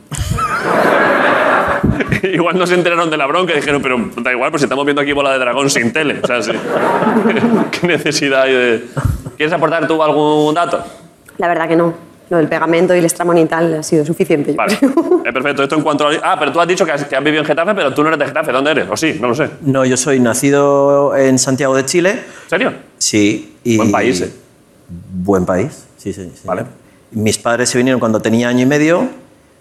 ¿eh? igual no se enteraron de la bronca y dijeron, pero da igual, pues si estamos viendo aquí bola de dragón sin tele. O sea, sí. ¿Qué necesidad hay de...? ¿Quieres aportar tú algún dato? La verdad que no. Lo del pegamento y el estramonio y tal ha sido suficiente. yo Vale. creo. Eh, perfecto. Esto en cuanto a... Ah, pero tú has dicho que has, que has vivido en Getafe, pero tú no eres de Getafe. ¿Dónde eres? O sí, no lo sé. No, yo soy nacido en Santiago de Chile. ¿En serio? Sí. Y Buen país, ¿eh? Buen país, sí, sí. Vale. Mis padres se vinieron cuando tenía año y medio. O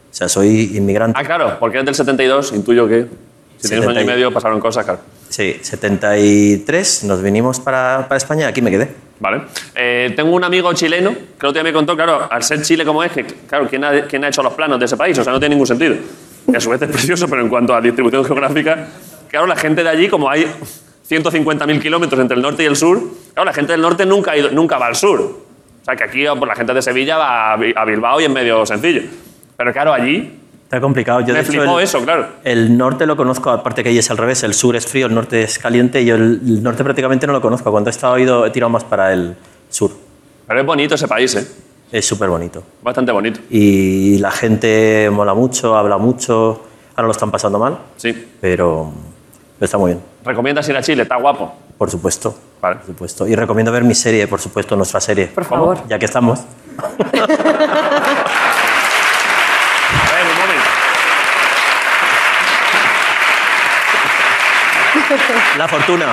sea, soy inmigrante. Ah, claro, porque eres del 72, intuyo que... Si tienes un año 70 y y- medio pasaron cosas, claro. Sí, 73. Nos vinimos para, para España. Aquí me quedé. Vale. Eh, tengo un amigo chileno que el otro día me contó, claro, al ser Chile como es, que, claro, ¿quién ha, quién ha hecho los planos de ese país? O sea, no tiene ningún sentido. Y a su vez es precioso, pero en cuanto a distribución geográfica, claro, la gente de allí, como hay 150.000 kilómetros entre el norte y el sur, claro, la gente del norte nunca, ha ido- nunca va al sur. O sea, que aquí pues, la gente de Sevilla va a, Bi- a Bilbao y es medio sencillo. Pero claro, allí Está complicado. Yo, me de hecho, flipó el- eso, claro. El norte lo conozco, aparte que ahí es al revés, el sur es frío, el norte es caliente y yo el, el norte prácticamente no lo conozco. Cuando he estado he ido, he tirado más para el sur. Pero es bonito ese país, ¿eh? Es súper bonito. Bastante bonito. Y la gente mola mucho, habla mucho, ahora lo están pasando mal, Sí. pero está muy bien, ¿Recomiendas ir a Chile? Está guapo. por supuesto. Vale. Por supuesto. Y recomiendo ver mi serie, por supuesto, nuestra serie. Por favor. Ya que estamos. A ver, un momento. La fortuna.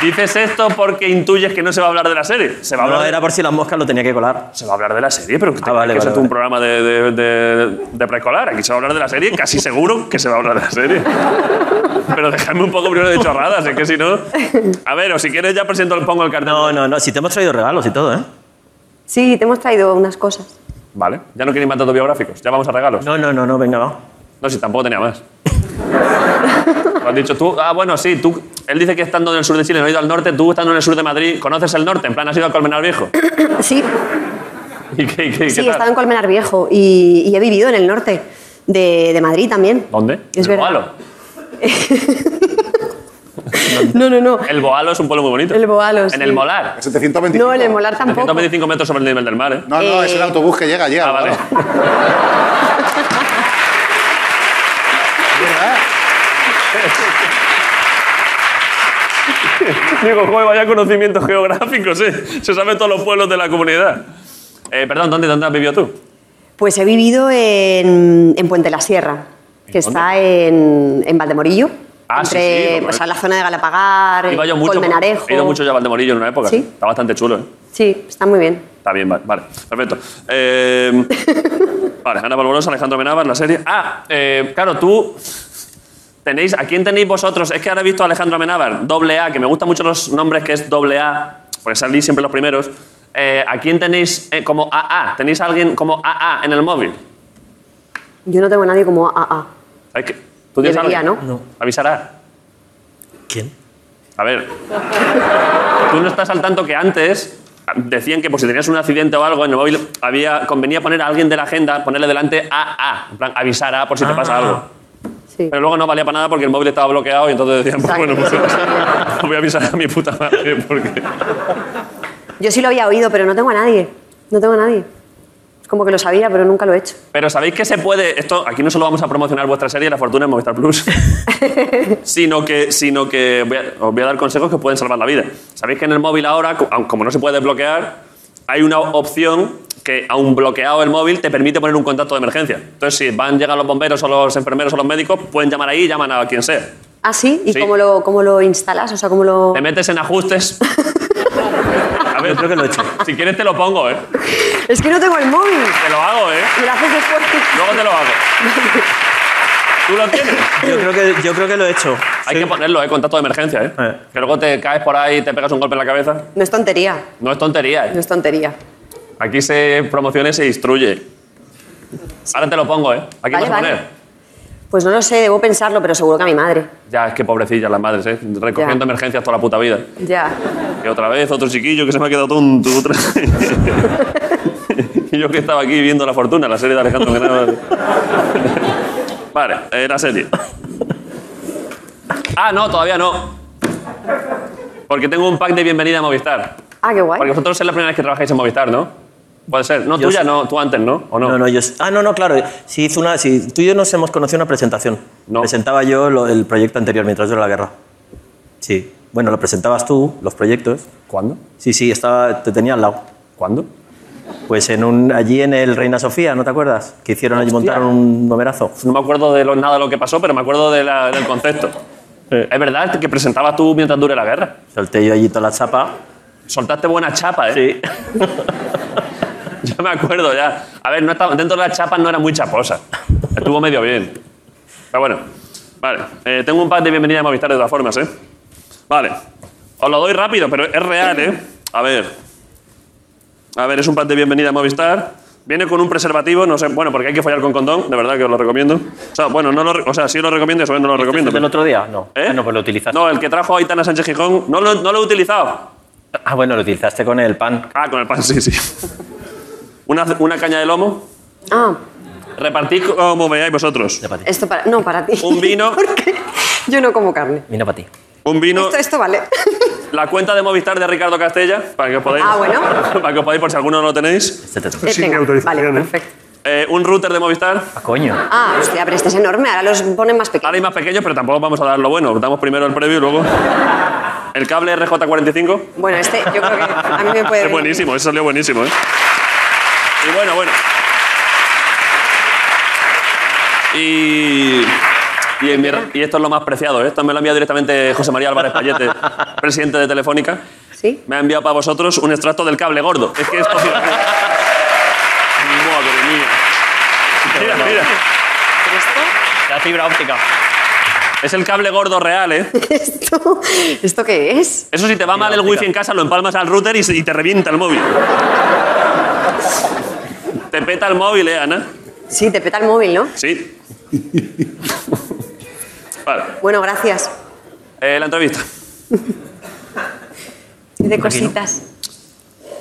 Dices esto porque intuyes que no se va a hablar de la serie. Se va a No, hablar, era por si las moscas lo tenía que colar. Ah, se va a hablar de la serie, pero que te- vale, que es vale, esto vale. un programa de, de- de- de preescolar. Aquí se va a hablar de la serie, casi seguro que se va a hablar de la serie. Pero dejadme un poco primero de chorradas, es que si no. A ver, o si quieres ya presento el pongo el cartel. No, no, no, si te hemos traído regalos y todo, ¿eh? Sí, te hemos traído unas cosas. Vale, ya no queréis más datos biográficos, ya vamos a regalos. No, no, no, no, venga, va. No, si tampoco tenía más. Lo has dicho tú. Ah, bueno, sí, tú. Él dice que estando en el sur de Chile no ha ido al norte, tú estando en el sur de Madrid, ¿conoces el norte? En plan, has ido al Colmenar Viejo. Sí, ¿Y qué, qué- qué sí, tal? he estado en Colmenar Viejo y, y he vivido en el norte de, de Madrid también. ¿Dónde? Es el verdad. Boalo. No, no, no. El Boalo es un pueblo muy bonito. El Boalo, En sí. el Molar. 725. No, en el Molar tampoco. 125 metros sobre el nivel del mar, ¿eh? No, no, es el Eh. autobús que llega, llega. Ah, vale. Digo, joder, vaya conocimientos geográficos, ¿eh? Se saben todos los pueblos de la comunidad. Eh, perdón, ¿dónde, ¿dónde has vivido tú? Pues he vivido en, en Puente la Sierra, que está en, en Valdemorillo. Ah, sí, entre, sí, lo pues, conozco. a la zona de Galapagar, Iba yo mucho, Colmenarejo. He ido mucho ya a Valdemorillo en una época. Sí. Está bastante chulo, ¿eh? Sí, está muy bien. Está bien, vale, vale, perfecto. Eh, vale, Ana Polvorosa, Alejandro Menavas, la serie. Ah, eh, claro, tú tenéis, ¿a quién tenéis vosotros? Es que ahora he visto a Alejandro Amenábar, doble A, que me gustan mucho los nombres que es doble A, porque salí siempre los primeros. Eh, ¿A quién tenéis eh, como AA? ¿Tenéis a alguien como AA en el móvil? Yo no tengo a nadie como AA. ¿Sabes qué? ¿Tú tienes a Debería, alguien? ¿no? Avisará. ¿Quién? A ver. Tú no estás al tanto que antes decían que por si tenías un accidente o algo en el móvil había, convenía poner a alguien de la agenda, ponerle delante a A, en plan avisar a por si te pasa algo. Pero luego no valía para nada porque el móvil estaba bloqueado y entonces decían, pues, bueno, pues voy a avisar a mi puta madre porque... Yo sí lo había oído, pero no tengo a nadie. No tengo a nadie. Como que lo sabía, pero nunca lo he hecho. Pero sabéis que se puede, esto aquí no solo vamos a promocionar vuestra serie La Fortuna en Movistar Plus, sino que, sino que voy a- os voy a dar consejos que os pueden salvar la vida. Sabéis que en el móvil ahora, co- aun- como no se puede desbloquear, hay una opción que, aun bloqueado el móvil, te permite poner un contacto de emergencia. Entonces, si van, llegan los bomberos o los enfermeros o los médicos, pueden llamar ahí y llaman a quien sea. ¿Ah, sí? ¿Y Sí. Cómo, lo, cómo lo instalas? O sea, ¿cómo lo...? Te metes en ajustes. A ver, creo que lo he hecho. Si quieres te lo pongo, ¿eh? Es que no tengo el móvil. Te lo hago, ¿eh? Me lo haces después. Luego te lo hago. ¿Tú lo tienes? Yo creo que, lo he hecho. Hay que ponerlo, ¿eh? Contacto de emergencia, ¿eh? Que luego te caes por ahí y te pegas un golpe en la cabeza. No es tontería. No es tontería, No ¿eh? es tontería. Aquí se promociona y se instruye. Ahora te lo pongo, ¿eh? ¿A Vale, quién vas a vale. poner? Pues no lo sé, debo pensarlo, pero seguro que a mi madre. Ya, es que pobrecillas las madres, ¿eh? Recogiendo emergencias toda la puta vida. Ya. Y otra vez, otro chiquillo que se me ha quedado tonto. otra- y yo que estaba aquí viendo La Fortuna, la serie de Alejandro Genaro. vale, eh, la serie. Ah, no, todavía no. Porque tengo un pack de bienvenida a Movistar. Ah, qué guay. Porque vosotros es la primera vez que trabajáis en Movistar, ¿no? Puede ser. No, Yo tuya sí. no, tú antes, ¿no? ¿O no? No, no, yo. Ah, no, no, claro. Si hizo una, si tú y yo nos hemos conocido en una presentación. Presentaba yo lo- el proyecto anterior mientras yo era la guerra. Sí. Bueno, lo presentabas tú, los proyectos. ¿Cuándo? Sí, sí, estaba, te tenía al lado. ¿Cuándo? Pues en un, allí en el Reina Sofía, ¿no te acuerdas? Que hicieron allí, montaron un numerazo. No me acuerdo de lo- nada de lo que pasó, pero me acuerdo de la- del concepto. Es verdad que presentabas tú mientras dure la guerra. Solté yo allí toda la chapa. Soltaste buena chapa, ¿eh? Sí. ya me acuerdo, ya. A ver, no estaba, dentro de las chapas no era muy chaposa. Estuvo medio bien. Pero bueno, vale. Eh, tengo un pack de bienvenida a Movistar de todas formas, ¿eh? Vale. Os lo doy rápido, pero es real, ¿eh? A ver. A ver, es un pack de bienvenida a Movistar. Viene con un preservativo, no sé, bueno, porque hay que follar con condón, de verdad que os lo recomiendo. O sea, bueno, no lo, re- o sea, sí lo recomiendo, eso no lo recomiendo. ¿Este ¿Eh? ¿El del otro día? No. Ah, no, pues lo utilizaste. No, el que trajo Aitana Sánchez Gijón, no lo, no lo he utilizado. Ah, bueno, lo utilizaste con el pan. Ah, con el pan, sí, sí. Una, una caña de lomo. Ah, Repartid como veáis vosotros. esto para... No, para ti. Un vino. Yo no como carne. Vino para ti. Un vino. Esto, esto vale. La cuenta de Movistar de Ricardo Castella, para que os podáis. Ah, bueno. Para que os podáis, por si alguno no lo tenéis. Este Te tengo. Vale, perfecto. Eh, un router de Movistar. Ah, coño. Ah, hostia, pero este es enorme. Ahora los ponen más pequeños. Ahora hay más pequeños, pero tampoco vamos a dar lo bueno. Damos primero el previo y luego. El cable RJ45. Bueno, este yo creo que a mí me puede... Es buenísimo, eso salió buenísimo, ¿eh? Y bueno, bueno. Y. Y, en mi- y esto es lo más preciado, ¿eh? Esto me lo ha enviado directamente José María Álvarez Payete, presidente de Telefónica. Sí. Me ha enviado para vosotros un extracto del cable gordo. Es que esto. Madre mía. Mira, mira. La fibra óptica. Es el cable gordo real, ¿eh? ¿Esto, ¿Esto qué es? Eso si te va mal el wifi en casa, lo empalmas al router y, se- y te revienta el móvil. te peta el móvil, ¿eh, Ana? Sí, te peta el móvil, ¿no? Sí. vale. Bueno, gracias. Eh, la entrevista. De cositas.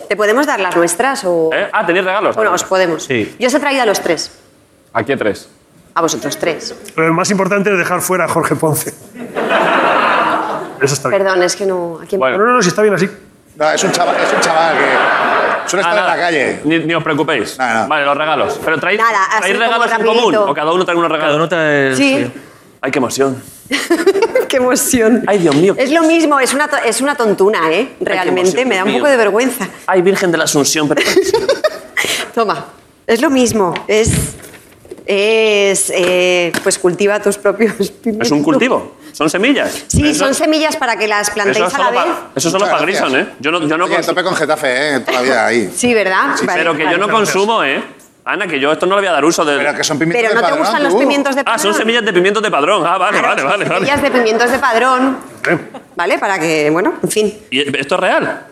¿Te podemos dar las nuestras o...? ¿Eh? Ah, tenéis regalos. Bueno, os podemos. Sí. Yo os he traído a los tres. ¿A qué tres? A vosotros tres. Lo más importante es dejar fuera a Jorge Ponce. Eso está bien. Perdón, es que no... ¿a quién- No, no, no, si está bien así. No, es un chaval, es un chaval Ah, que suele estar en la calle. Ah, Ni, ni os preocupéis. Vale, los regalos. Pero traéis, Nada, así traéis como regalos en rapidito. común. O cada uno trae unos regalos. Cada uno trae. Sí. Ay, qué emoción. ¡Qué emoción! Ay, Dios mío. Es lo mismo, es una, to- es una tontuna, ¿eh? Realmente, emoción, me da un Dios poco de mío. vergüenza. Ay, Virgen de la Asunción, pero. Toma, es lo mismo, es... Es... eh, pues cultiva tus propios es pimientos. un cultivo. Son semillas. Sí, Eso- son semillas para que las Eso es plantéis a la solo, vez. pa- eso es solo Muchas para gracias. Grison, ¿eh? Yo no, yo no Oye, consumo. tope con Getafe, ¿eh? Toda la vida ahí. Sí, ¿verdad? Vale, pero que yo vale. no consumo, ¿eh? Ana, que yo esto no le voy a dar uso de. Pero que son pimientos Pero de no te padrón, gustan los tú. pimientos de Ah, padrón. son semillas de pimientos de padrón. Ah, vale, vale, vale. vale. Semillas de pimientos de padrón. ¿Vale? Para que, Eh, bueno, en fin. ¿Y esto es real?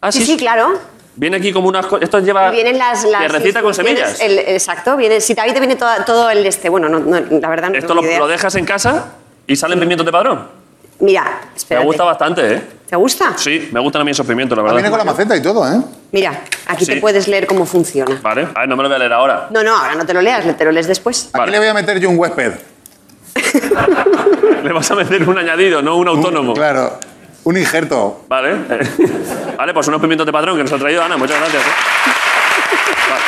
Ah, sí, sí, claro. Viene aquí como unas co- Esto lleva. Y vienen las. las Ah, que recita con instrucciones, semillas. el- exacto, viene. Si te viene toda- todo el este. Bueno, no, no, la verdad no Esto tengo lo, ni idea. lo dejas en casa y salen pimientos de padrón. Mira, Me espérate. gusta bastante, ¿eh? ¿Te gusta? Sí, me gustan a mí esos pimientos, la verdad. Ah, Viene con la maceta y todo, ¿eh? Mira, aquí Sí. te puedes leer cómo funciona. Vale, a ver, no me lo voy a leer ahora. No, no, ahora no te lo leas, te lo lees después. Vale. Le voy a meter yo un huésped. Le vas a meter un añadido, no un autónomo. claro, un injerto. Vale. Vale, pues unos pimientos de patrón que nos ha traído Ana. Muchas gracias. ¿eh? Vale.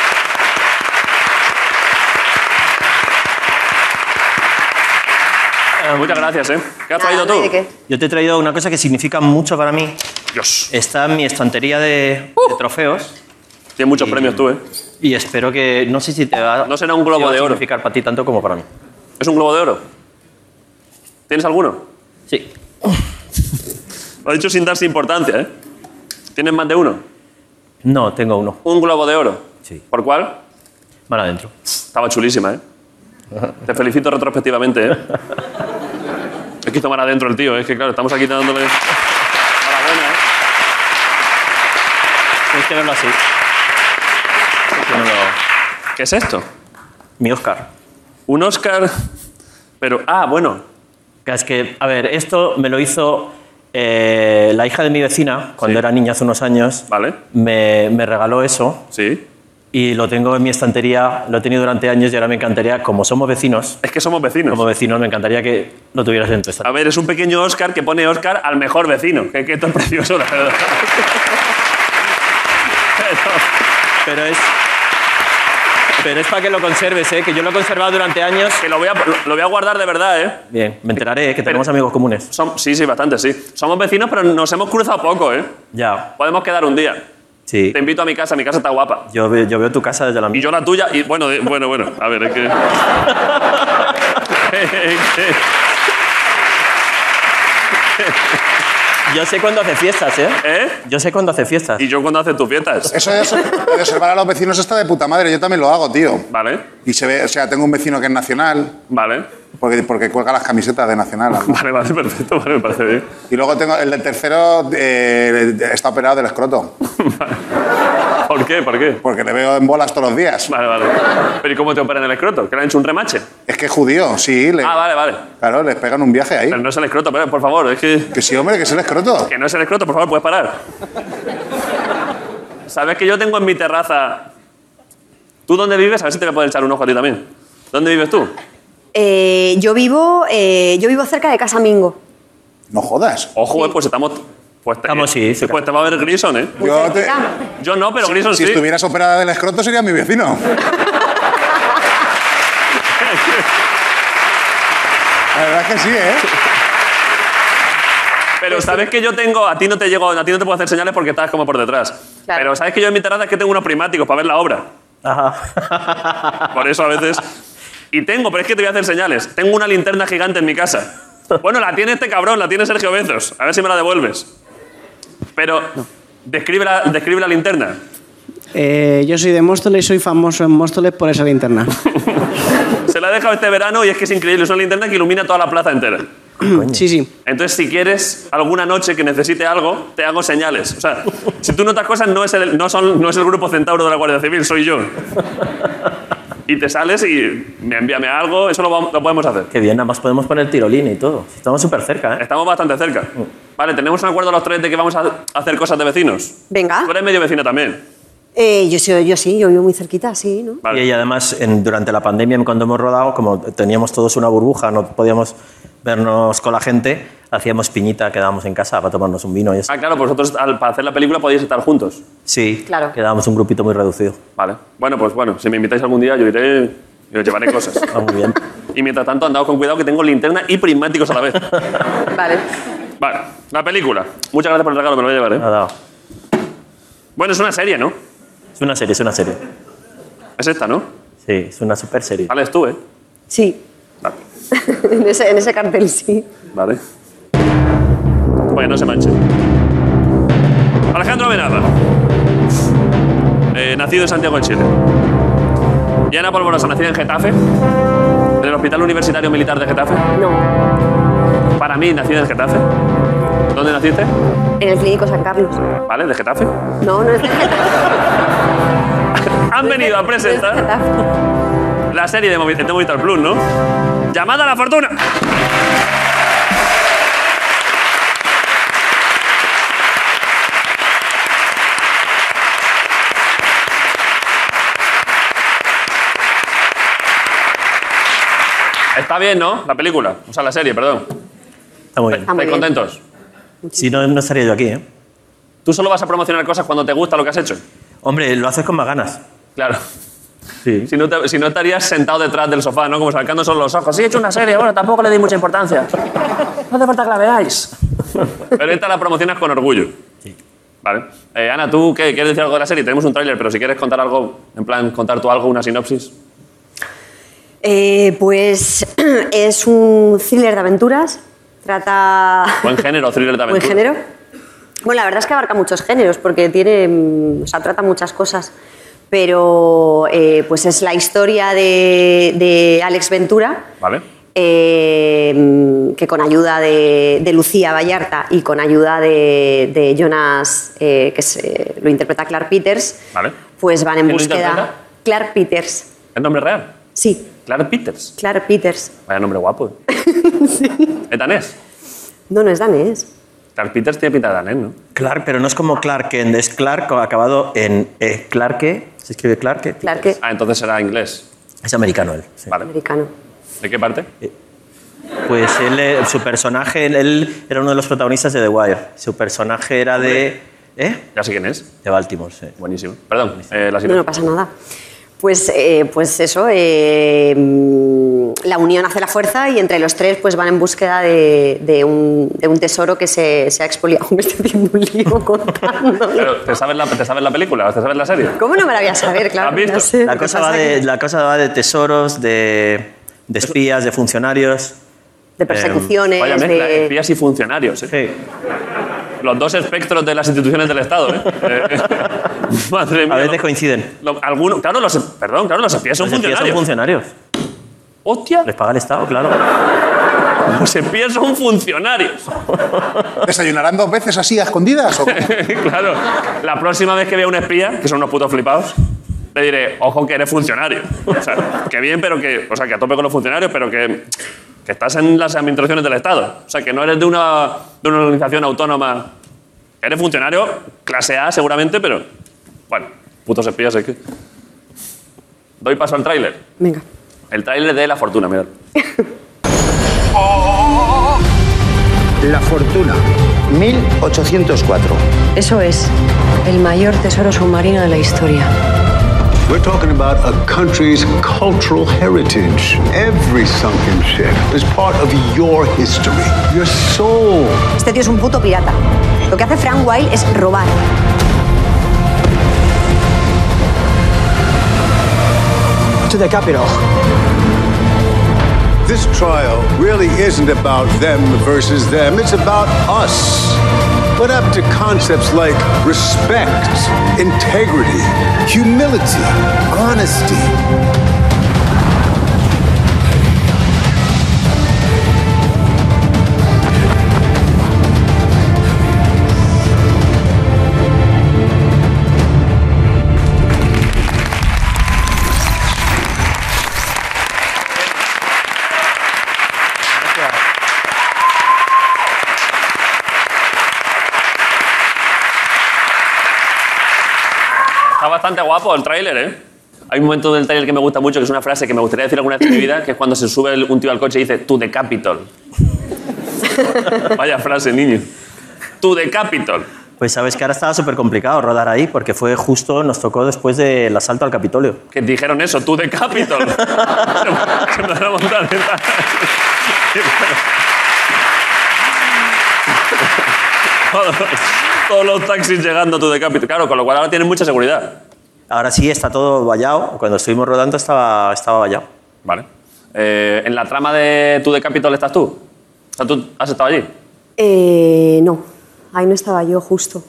Eh, Muchas gracias, ¿eh? ¿Qué has traído tú? Yo te he traído una cosa que significa mucho para mí. Está en mi estantería de, de trofeos. Tienes Uh. muchos premios tú, ¿eh? Y espero que. No sé si te va No será un globo si va a de oro. significar para ti tanto como para mí. ¿Es un globo de oro? ¿Tienes alguno? Sí. Lo ha dicho sin darse importancia, ¿eh? ¿Tienes más de uno? No, tengo uno. ¿Un globo de oro? Sí. ¿Por cuál? Mal adentro. Estaba chulísima, ¿eh? Te felicito retrospectivamente, ¿eh? Es que tomar adentro el tío, ¿eh? es que claro, estamos aquí dándole... Tienes que verlo así. ¿Qué es esto? Mi Oscar. Un Oscar. Pero, ah, bueno. Es que, a ver, esto me lo hizo eh, la hija de mi vecina cuando era niña hace unos años. Vale. Me, me regaló eso. Sí. Y lo tengo en mi estantería, lo he tenido durante años y ahora me encantaría, como somos vecinos. Es que somos vecinos. Como vecinos, me encantaría que lo tuvieras en tu estantería. A ver, es un pequeño Oscar que pone Oscar al mejor vecino. Que, que esto es precioso, la verdad. Pero es. Pero es para que lo conserves, ¿eh? que yo lo he conservado durante años. Que lo voy a, lo voy a guardar de verdad, ¿eh? Bien, me enteraré, ¿eh? que tenemos amigos comunes. Som- sí, sí, bastante, sí. Somos vecinos, pero nos hemos cruzado poco, ¿eh? Ya, Podemos quedar un día. sí. Te invito a mi casa, mi casa está guapa. Yo, ve- yo veo tu casa desde la Y mía. yo la tuya, y bueno, de- bueno, bueno, a ver, es que... Yo sé cuándo hace fiestas, ¿eh? ¿Eh? Yo sé cuándo hace fiestas. ¿Y yo cuándo hace tus fiestas? Eso de, obser- de observar a los vecinos está de puta madre. Yo también lo hago, tío. Vale, Y se ve, o sea, tengo un vecino que es nacional, vale. porque, porque cuelga las camisetas de nacional. además. Vale, vale, perfecto, vale, me parece bien. Y luego tengo el del tercero, eh, está operado del escroto, ¿Por qué? ¿Por qué? porque le veo en bolas todos los días. Vale, vale. ¿Pero y cómo te operan el escroto? ¿Que le han hecho un remache? Es que es judío, sí. le- Ah, vale, vale. Claro, les pegan un viaje ahí. Pero no es el escroto, pero, por favor, es que... Que sí, hombre, que es el escroto. Que no es el escroto, por favor, puedes parar. ¿Sabes que yo tengo en mi terraza... ¿Tú dónde vives? A ver si te voy a poder echar un ojo a ti también. ¿Dónde vives tú? Eh, yo, vivo, eh, yo vivo cerca de Casa Mingo. No jodas. Ojo, eh, pues estamos... Pues te, Estamos, sí, sí. pues te va a ver Grison, ¿eh? Yo te- Yo no, pero Grison si sí. estuvieras operada del escroto sería mi vecino. La verdad es que sí, ¿eh? Pero sabes que yo tengo, a ti no te llego, a ti no te puedo hacer señales porque estás como por detrás. Claro. Pero sabes que yo en mi terraza es que tengo unos prismáticos para ver la obra. Ajá. Por eso a veces. Y tengo, pero es que te voy a hacer señales. Tengo una linterna gigante en mi casa. Bueno, la tiene este cabrón, la tiene Sergio Bezos. A ver si me la devuelves. Pero describe la, describe la linterna. Eh, yo soy de Móstoles, soy famoso en Móstoles por esa linterna. Se la he dejado este verano y es que es increíble. Es una linterna que ilumina toda la plaza entera. sí, sí. Entonces, si quieres alguna noche que necesite algo, te hago señales. O sea, si tú notas cosas, no es el, no son, no es el grupo centauro de la Guardia Civil, soy yo. Y te sales y me envíame algo, eso lo, vam- lo podemos hacer. Qué bien, nada más podemos poner tirolina y todo. Estamos súper cerca, ¿eh? Mm. Estamos bastante cerca. Vale, tenemos un acuerdo los tres de que vamos a hacer cosas de vecinos. Venga. Ah. Tú eres medio vecino también. Eh, yo, sí- yo sí, yo vivo muy cerquita, sí, ¿no? Vale. Y ella, además, en- durante la pandemia, cuando hemos rodado, como teníamos todos una burbuja, no podíamos vernos con la gente, hacíamos piñita, quedábamos en casa para tomarnos un vino y eso. Ah, claro, vosotros al- para hacer la película podéis estar juntos. Sí, Claro. quedábamos un grupito muy reducido. Vale. Bueno, pues bueno, si me invitáis algún día, yo iré y os llevaré cosas. Ah, muy bien. Y mientras tanto, andaos con cuidado que tengo linterna y prismáticos a la vez. Vale. Vale, la película. Muchas gracias por el regalo, me lo voy a llevar, ¿eh? Nada. Bueno, es una serie, ¿no? Es una serie, es una serie. Es esta, ¿no? Sí, es una super serie. Sales tú, ¿eh? Sí. Vale. en, ese, en ese cartel sí. Vale. Bueno, no se manche. Alejandro Amenaza. Eh, nacido en Santiago de Chile. Diana Polvorosa, nacida en Getafe. En el Hospital Universitario Militar de Getafe. No. Para mí, nacida en Getafe. ¿Dónde naciste? En el Clínico San Carlos. Vale, de Getafe. No, no es de Han venido a presentar Getafe. la serie de Movi- de Movistar Plus, ¿no? Llamada a la fortuna. Está bien, ¿no? La película. O sea, la serie, perdón. Está muy bien. ¿Estáis contentos? Si no, no estaría yo aquí, ¿eh? Tú solo vas a promocionar cosas cuando te gusta lo que has hecho. Hombre, lo haces con más ganas. Claro. Sí. Si no, te- si no estarías sentado detrás del sofá, ¿no? Como sacando solo los ojos. Sí, he hecho una serie, bueno, tampoco le di mucha importancia. No hace falta que la veáis. Pero esta la promocionas con orgullo. Vale. Eh, Ana, ¿tú qué? ¿Quieres decir algo de la serie? Tenemos un tráiler, pero si quieres contar algo, en plan, contar tú algo, una sinopsis. Eh, pues es un thriller de aventuras. Trata. Buen género, thriller de Buen aventura. género. Bueno, la verdad es que abarca muchos géneros porque tiene, mm, o sea, trata muchas cosas. Pero eh, pues es la historia de, de Alex Ventura, Vale. eh, mm, que con ayuda de, de Lucía Vallarta y con ayuda de, de Jonas, eh, que se- lo interpreta Clark Peters, Vale. pues van en ¿Quién lo búsqueda. interpreta? Clark Peters, ¿Es nombre real? sí, Clark Peters. Clark Peters. Vaya nombre guapo. eh. ¿Es danés? No, no es danés. Clark Peters tiene pinta de danés, ¿no? Clark, pero no es como Clark Kent, es Clark acabado en eh, Clarke. ¿Se escribe Clarke? Clarke. Ah, entonces será inglés. Es americano él. sí. Eh, Vale. Americano. ¿De qué parte? Pues él, eh, su personaje, él- él era uno de los protagonistas de The Wire. Su personaje era de. ¿Eh? Ya sé quién es. De Baltimore, sí. Buenísimo. Perdón, eh, la No, no pasa nada. Pues, eh, pues eso, eh, mm, la unión hace la fuerza y entre los tres pues van en búsqueda de, de un, de un tesoro que se, se ha expoliado. Me estoy haciendo un lío contándolo. Pero, ¿te sabes, la, ¿Te sabes la película? ¿Te sabes la serie? ¿Cómo no me la voy a saber? Claro, ¿Has que me visto? sé. La Lo que cosa, va pasa de, que- la cosa va de tesoros, de, de espías, de funcionarios. eh, De persecuciones, Vaya mezcla, de... espías y funcionarios. ¿eh? Los dos espectros de las instituciones del Estado. ¿eh? Eh, Madre mía. A veces coinciden. lo- alguno- claro, los, perdón, claro, los espías son Los espías funcionarios. son funcionarios. Hostia, Les paga el Estado, claro. los espías son funcionarios. ¿Desayunarán dos veces así a escondidas? o cómo? claro. La próxima vez que vea un espía, que son unos putos flipados, le diré, ojo que eres funcionario. O sea, que bien, pero que. O sea, que a tope con los funcionarios, pero que. Que estás en las administraciones del Estado. O sea, que no eres de una, de una organización autónoma. Eres funcionario, clase A seguramente, pero. Bueno, putos espías es que. Doy paso al tráiler. Venga. El tráiler de La Fortuna, mirad. La fortuna. 1804. Eso es el mayor tesoro submarino de la historia. We're talking about a country's cultural heritage. Every sunken ship is part of your history, your soul. Este tío es un puto pirata. Lo que hace Frank Wilde es robar. To the capital. This trial really isn't about them versus them, it's about us. Put up to concepts like respect, integrity, humility, honesty. Está bastante guapo el tráiler, ¿eh? Hay un momento del tráiler que me gusta mucho, que es una frase que me gustaría decir alguna vez en mi vida, que es cuando se sube el- un tío al coche y dice, tú de Capitol. Vaya frase, niño. Tú de Capitol. Pues sabes que ahora estaba súper complicado rodar ahí porque fue justo, nos tocó después del asalto al Capitolio. Que dijeron eso, tú de Capitol. se empezaron a montar. todos, todos los taxis llegando tú de Capitol. Claro, con lo cual ahora tienen mucha seguridad. Ahora sí está todo vallado. Cuando estuvimos rodando estaba, estaba vallado. Vale. Eh, en la trama de tú de Capitol estás tú. O sea, tú has estado allí. Eh, no, ahí no estaba yo justo.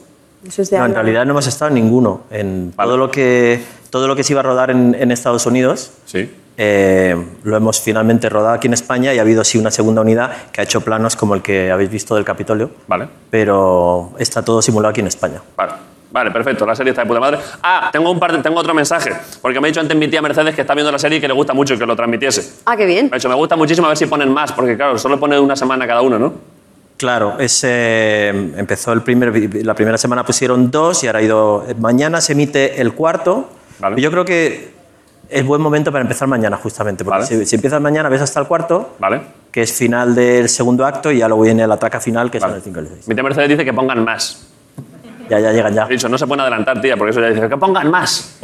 Eso es de No, en Ana. realidad no hemos estado en ninguno. En todo, lo que, todo lo que se iba a rodar en, en Estados Unidos eh, lo hemos finalmente rodado aquí en España y ha habido sí una segunda unidad que ha hecho planos como el que habéis visto del Capitolio. Vale. Pero está todo simulado aquí en España. Vale, vale, perfecto. La serie está de puta madre. Ah, tengo, un par de- tengo otro mensaje. Porque me ha dicho antes mi tía Mercedes que está viendo la serie y que le gusta mucho que lo transmitiese. Ah, qué bien. Me ha dicho, me gusta muchísimo a ver si ponen más. Porque claro, solo ponen una semana cada uno, ¿no? Claro, es, eh, empezó el primer, vi- la primera semana pusieron dos y ahora ha ido. Mañana se emite el cuarto. Yo creo que Es buen momento para empezar mañana, justamente, porque si, si empiezas mañana ves hasta el cuarto, que es final del segundo acto, y ya luego viene el ataque final, que son el 5 y el 6. Mi tía Mercedes dice que pongan más. Ya, ya llegan ya. He dicho, no se pueden adelantar, tía, porque eso ya dice, que pongan más.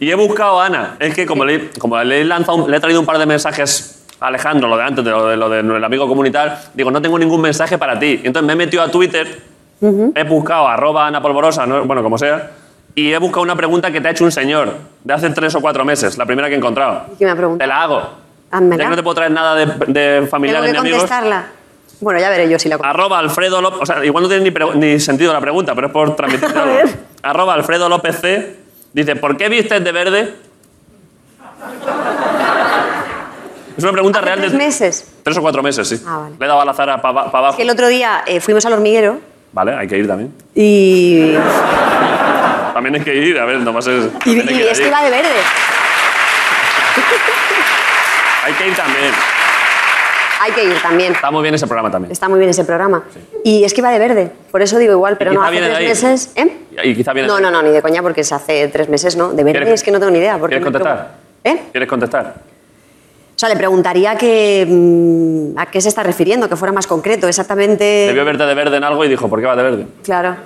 y he buscado a Ana. Es que como le, como le he, lanzado un- le he traído un par de mensajes a Alejandro, lo de antes, de lo, de, lo del amigo comunitario, digo, no tengo ningún mensaje para ti. Y entonces me he metido a Twitter, he buscado arroba Ana Polvorosa, no- bueno, como sea, y he buscado una pregunta que te ha hecho un señor de hace tres o cuatro meses, la primera que he encontrado. ¿Qué me ha preguntado? Te la hago. Ya que no Házmela. te puedo traer nada de, de Tengo familiares que ni amigos. contestarla. Bueno, ya veré yo si la contesto. Arroba Alfredo López. O sea, igual no tiene ni, pre- ni sentido la pregunta, pero es por transmitirte algo. Arroba Alfredo López C. Dice, ¿por qué vistes de verde? Es una pregunta real Tres de meses. tres o cuatro meses, sí. Ah, vale. Le he dado al azar para abajo. Que el otro día eh, fuimos al hormiguero Vale, hay que ir también. y. También hay que ir, a ver, nomás es... Y, también hay y ir es allí. que iba de verde. Hay que ir también. Hay que ir también. Está muy bien ese programa también. Está muy bien ese programa. Y es que iba de verde. Por eso digo igual, pero Y no, quizá hace viene de tres ahí. meses. ¿eh? Y quizá viene... No, no, no, ni de coña, porque es hace tres meses, ¿no? De verde ¿Quieres- es que no tengo ni idea. Porque ¿Quieres me contestar? preocupa. ¿Quieres contestar? O sea, le preguntaría que, mm, a qué se está refiriendo, que fuera más concreto, exactamente. Debió verte de verde en algo y dijo, ¿por qué va de verde? Claro.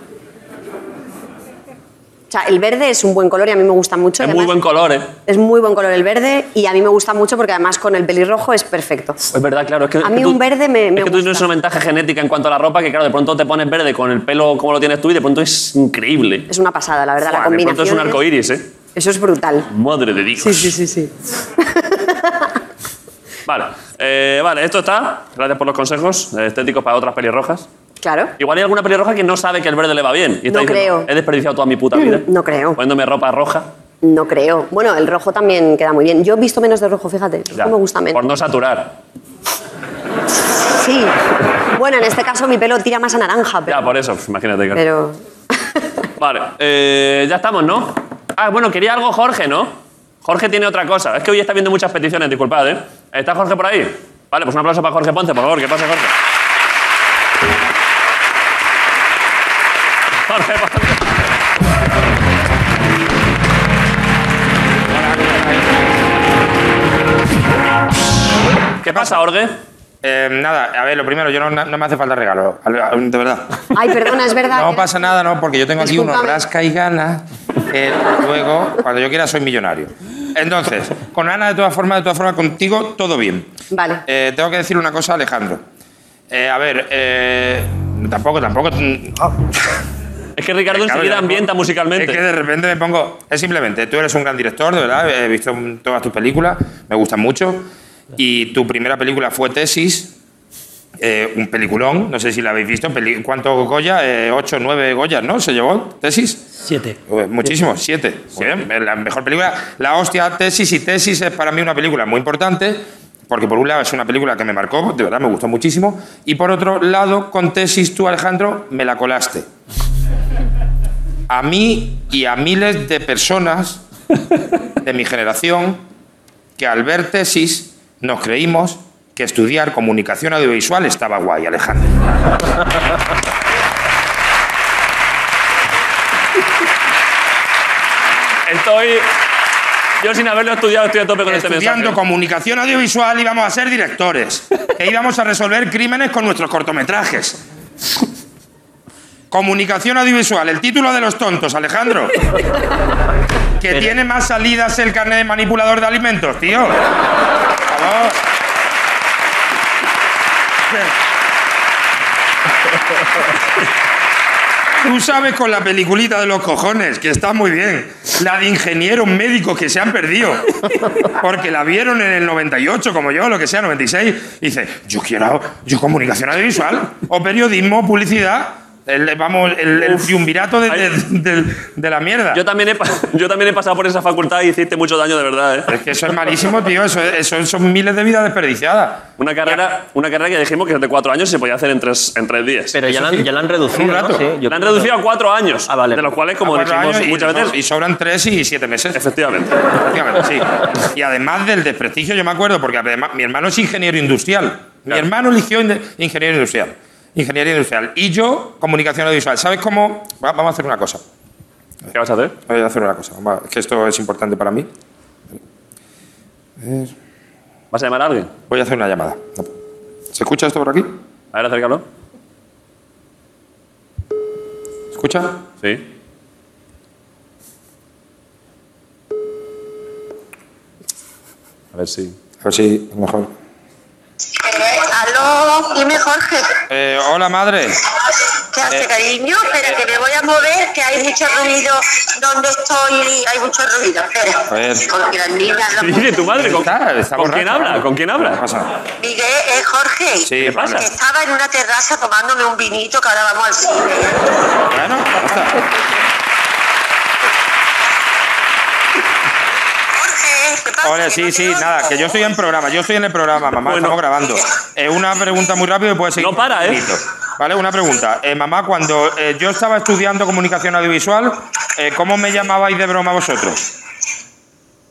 O sea, el verde es un buen color y a mí me gusta mucho. y Es muy además buen color, ¿eh? Es muy buen color el verde y a mí me gusta mucho porque además con el pelirrojo es perfecto. Es verdad, claro. Es que, A es mí que tú- un verde me, me es que tú gusta. tienes una ventaja genética en cuanto a la ropa que, claro, de pronto te pones verde con el pelo como lo tienes tú y de pronto es increíble. Es una pasada, la verdad, la Buah, de combinación. pronto es un arco iris, ¿eh? Eso es brutal. Madre de Dios. Sí, sí, sí, sí. Vale, eh, vale, esto está. Gracias por los consejos eh, estéticos para otras pelirrojas. Claro. Igual hay alguna pelirroja que no sabe que el verde le va bien. Y está No diciendo, creo. Mm, He desperdiciado toda mi puta vida. No creo. Poniéndome ropa roja. No creo. Bueno, el rojo también queda muy bien. Yo he visto menos de rojo, fíjate. El Ya. rojo me gusta menos. Por no saturar. Sí. Bueno, en este caso mi pelo tira más a naranja, pero. Ya, por eso, imagínate. claro. pero- Vale, eh, ya estamos, ¿no? Ah, bueno, quería algo Jorge, ¿no? Jorge tiene otra cosa. Es que hoy está viendo muchas peticiones, disculpad, ¿eh? ¿Está Jorge por ahí? Vale, pues un aplauso para Jorge Ponce, por favor, que pase Jorge. Jorge Ponce. ¿Qué pasa, Jorge? Eh, nada, a ver, lo primero, yo no, no me hace falta regalo, de verdad. Ay, perdona, es verdad. No pasa nada, ¿no? Porque yo tengo aquí unos Discúlpame. rasca y gana. que luego, cuando yo quiera, soy millonario. Entonces, con Ana, de todas formas, de todas formas, contigo, todo bien. Vale. Eh, tengo que decir una cosa, a Alejandro. Eh, a ver, eh, tampoco, tampoco. Eh, Es que Ricardo enseguida ambienta musicalmente. Es que de repente me pongo. Es simplemente, tú eres un gran director, de verdad. He visto todas tus películas, me gustan mucho. Y tu primera película fue Tesis, eh, un peliculón, no sé si la habéis visto. peli- ¿Cuánto Goya? Eh, ¿Ocho, nueve Goyas, no? ¿Se llevó Tesis? Siete. Pues muchísimo, siete. Muy bien, La mejor película. La hostia, tesis y tesis es para mí una película muy importante, porque por un lado es una película que me marcó, de verdad me gustó muchísimo, y por otro lado, con tesis tú, Alejandro, me la colaste. A mí y a miles de personas de mi generación que al ver tesis nos creímos que estudiar comunicación audiovisual estaba guay, Alejandro. Estoy. Yo sin haberlo estudiado, estoy a tope con este mensaje. estudiando comunicación audiovisual íbamos a ser directores, e íbamos a resolver crímenes con nuestros cortometrajes. Comunicación audiovisual, el título de los tontos, Alejandro. Que tiene más salidas el carnet de manipulador de alimentos, tío. Por favor. Tú sabes con la peliculita de los cojones, que está muy bien. La de ingenieros médicos que se han perdido. Porque la vieron en el 98, como yo, lo que sea, 96. Y dice, yo quiero yo comunicación audiovisual, o periodismo, publicidad. el- vamos, el, el triunvirato de, de- de- de la mierda. Yo también, he, pa- yo también he pasado por esa facultad y hiciste mucho daño de verdad, ¿eh? Es que eso es malísimo, tío. Eso, eso son miles de vidas desperdiciadas. Una carrera, una carrera que dijimos que es de cuatro años y se podía hacer en tres, en tres días. Pero ya la han- ya la han reducido, Un ¿no? Ah, rato. Sí, yo la han creo. reducido a cuatro años. De los cuales, como A cuatro dijimos años y muchas so- veces. Y sobran tres y siete meses. Efectivamente. Efectivamente, sí. Y además del desprestigio, yo me acuerdo, porque además mi hermano es ingeniero industrial. Mi hermano eligió inde- ingeniero industrial. Ingeniería industrial. Y yo, comunicación audiovisual. ¿Sabes cómo? Va- Vamos a hacer una cosa. ¿Qué vas a hacer? Voy a hacer una cosa. Va, es que esto es importante para mí. ¿Vas a llamar a alguien? Voy a hacer una llamada. ¿Se escucha esto por aquí? A ver, acércalo. ¿Se escucha? Sí. A ver si. A ver si mejor. Aló, dime Jorge. Eh, hola, madre. ¿Qué Eh. hace, cariño? Espera, que me voy a mover, que hay mucho ruido donde estoy. Hay mucho ruido. Espera. A ver. Con que las niñas no- Dice tu madre, ¿con, ¿con quién habla? ¿Con quién habla? Miguel, eh, Jorge. Sí, ¿qué pasa? Que estaba en una terraza tomándome un vinito, que ahora vamos al cine. Bueno, ya está. Hola, sí, sí, nada, que yo estoy en programa, yo estoy en el programa, mamá, estamos grabando. Eh, una pregunta muy rápido y puede seguir. No para, ¿eh? Vale, una pregunta. Eh, mamá, cuando eh, yo estaba estudiando comunicación audiovisual, eh, ¿cómo me llamabais de broma vosotros?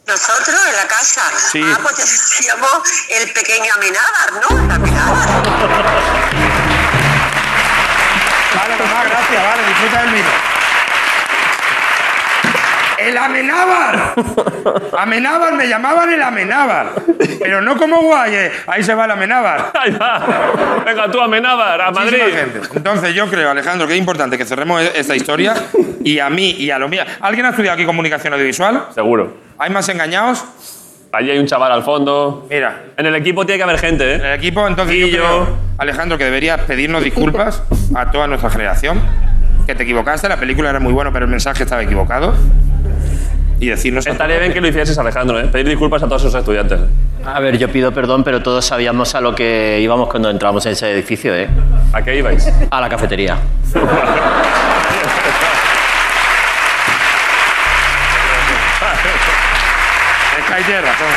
Nosotros en la casa. Sí. Ah, pues decíamos el pequeño Amenábar, ¿no? El Amenábar. Vale, mamá, Ah, gracias, vale, disfruta del vino. ¡El Amenábar! Amenábar, me llamaban el Amenábar. Pero no como guay, eh. ahí se va el Amenábar. Ahí va. Venga, tú Amenábar, a Muchísima Madrid. gente. Entonces, yo creo, Alejandro, que es importante que cerremos e- esta historia y a mí y a lo mío. ¿Alguien ha estudiado aquí comunicación audiovisual? Seguro. ¿Hay más engañados? Allí hay un chaval al fondo. Mira. En el equipo tiene que haber gente, ¿eh? En el equipo, entonces yo creo, Alejandro, que deberías pedirnos disculpas a toda nuestra generación. Que te equivocaste, la película era muy buena, pero el mensaje estaba equivocado. Y decirnos. Estaría bien que lo hicieses, Alejandro, ¿eh? Pedir disculpas a todos esos estudiantes. A ver, yo pido perdón, pero todos sabíamos a lo que íbamos cuando entramos en ese edificio, ¿eh? ¿A qué ibais? A la cafetería. Es que ahí tienes razón.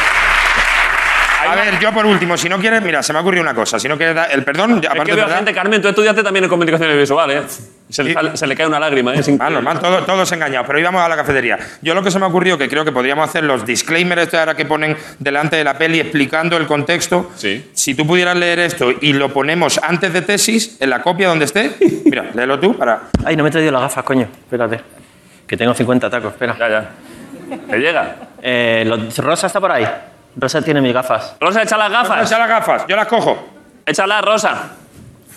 A ver, yo por último, si no quieres, mira, se me ha ocurrido una cosa. Si no quieres, dar el perdón, Es aparte que de veo verdad, gente, Carmen, tú estudiaste también en comunicación audiovisual, ¿eh? Se le, sale- se le cae una lágrima, ¿eh? Es Ah, normal, todo- todos engañados. Pero íbamos a la cafetería. Yo lo que se me ha ocurrido, que creo que podríamos hacer los disclaimers estos ahora que ponen delante de la peli explicando el contexto. Si tú pudieras leer esto y lo ponemos antes de tesis, en la copia donde esté, mira, léelo tú para... Ay, no me he traído las gafas, coño. Espérate. Que tengo 50 tacos, espera. Eh, Ya, ya. ¿Te llega? Rosa está por ahí. Rosa tiene mis gafas. Rosa, echa las gafas. echa las gafas, yo las cojo. Échala, Rosa.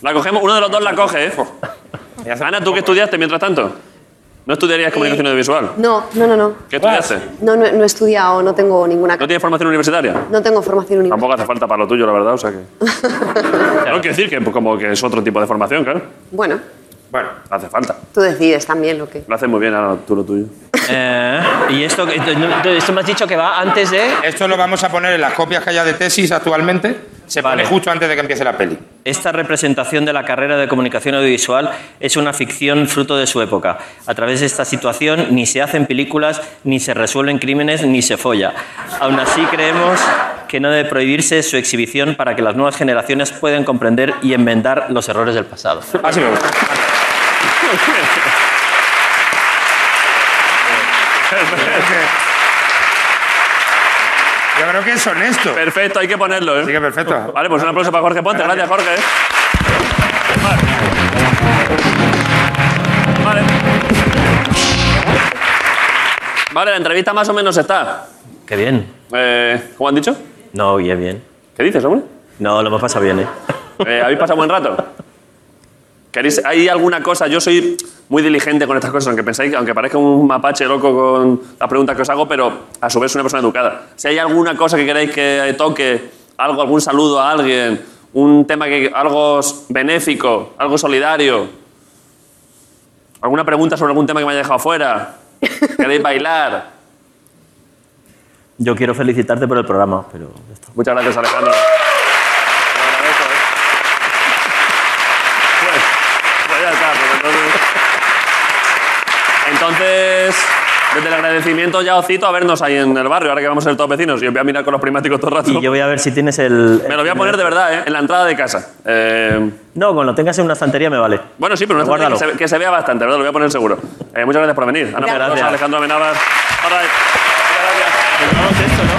La cogemos, uno de los dos la coge, ¿eh? Ana, ¿tú qué estudiaste mientras tanto? ¿No estudiarías comunicación audiovisual? No, no, no, no. ¿Qué Pues. estudiaste? No, no, no he estudiado, no tengo ninguna. ¿No tienes formación universitaria? No tengo formación universitaria. Tampoco hace falta para lo tuyo, la verdad, o sea que... No, quiero decir que pues, como que es otro tipo de formación, claro. Bueno, Bueno. No hace falta. tú decides también lo que. Lo haces muy bien, Ana, tú lo tuyo. Eh, ¿Y esto, esto me has dicho que va antes de...? Esto lo vamos a poner en las copias que haya de tesis actualmente. Se pone justo antes de que empiece la peli. Esta representación de la carrera de comunicación audiovisual es una ficción fruto de su época. A través de esta situación ni se hacen películas, ni se resuelven crímenes, ni se folla. Aún así creemos que no debe prohibirse su exhibición para que las nuevas generaciones puedan comprender y enmendar los errores del pasado. Así me gusta. Yo creo que es honesto. Perfecto, hay que ponerlo, ¿eh? Sí, que perfecto. Vale, pues un aplauso para Jorge Ponte. Gracias, Jorge. ¿eh? Vale. Vale. Vale, la entrevista más o menos está. Qué bien. Eh, ¿Cómo han dicho? No, bien, bien. ¿Qué dices, hombre? No, lo hemos pasado bien, ¿eh? Eh, ¿Habéis pasado buen rato? ¿Queréis, ¿Hay alguna cosa? Yo soy muy diligente con estas cosas, aunque pensáis que aunque parezca un mapache loco con las preguntas que os hago, pero a su vez soy una persona educada. Si hay alguna cosa que queréis que toque, algo, algún saludo a alguien, un tema que algo s- benéfico, algo solidario, alguna pregunta sobre algún tema que me haya dejado fuera, queréis bailar. Yo quiero felicitarte por el programa, pero... ya está. Muchas gracias, Alejandro. Lo agradezco, ¿eh? Pues, pues ya está, pues entonces. Entonces, desde el agradecimiento ya os cito a vernos ahí en el barrio, ahora que vamos a ser todos vecinos. Y os voy a mirar con los prismáticos todo el rato. Y yo voy a ver si tienes el... Me lo voy a poner de verdad, ¿eh? En la entrada de casa. Eh, No, cuando lo tengas en una estantería me vale. bueno, sí, pero una entrada que Guárdalo. se, que se vea bastante, ¿verdad? Lo voy a poner seguro. Eh, muchas gracias por venir. Ana Gracias. Pedrosa, Alejandro Amenábar. All right. Muchas gracias. Nos vemos esto, ¿no?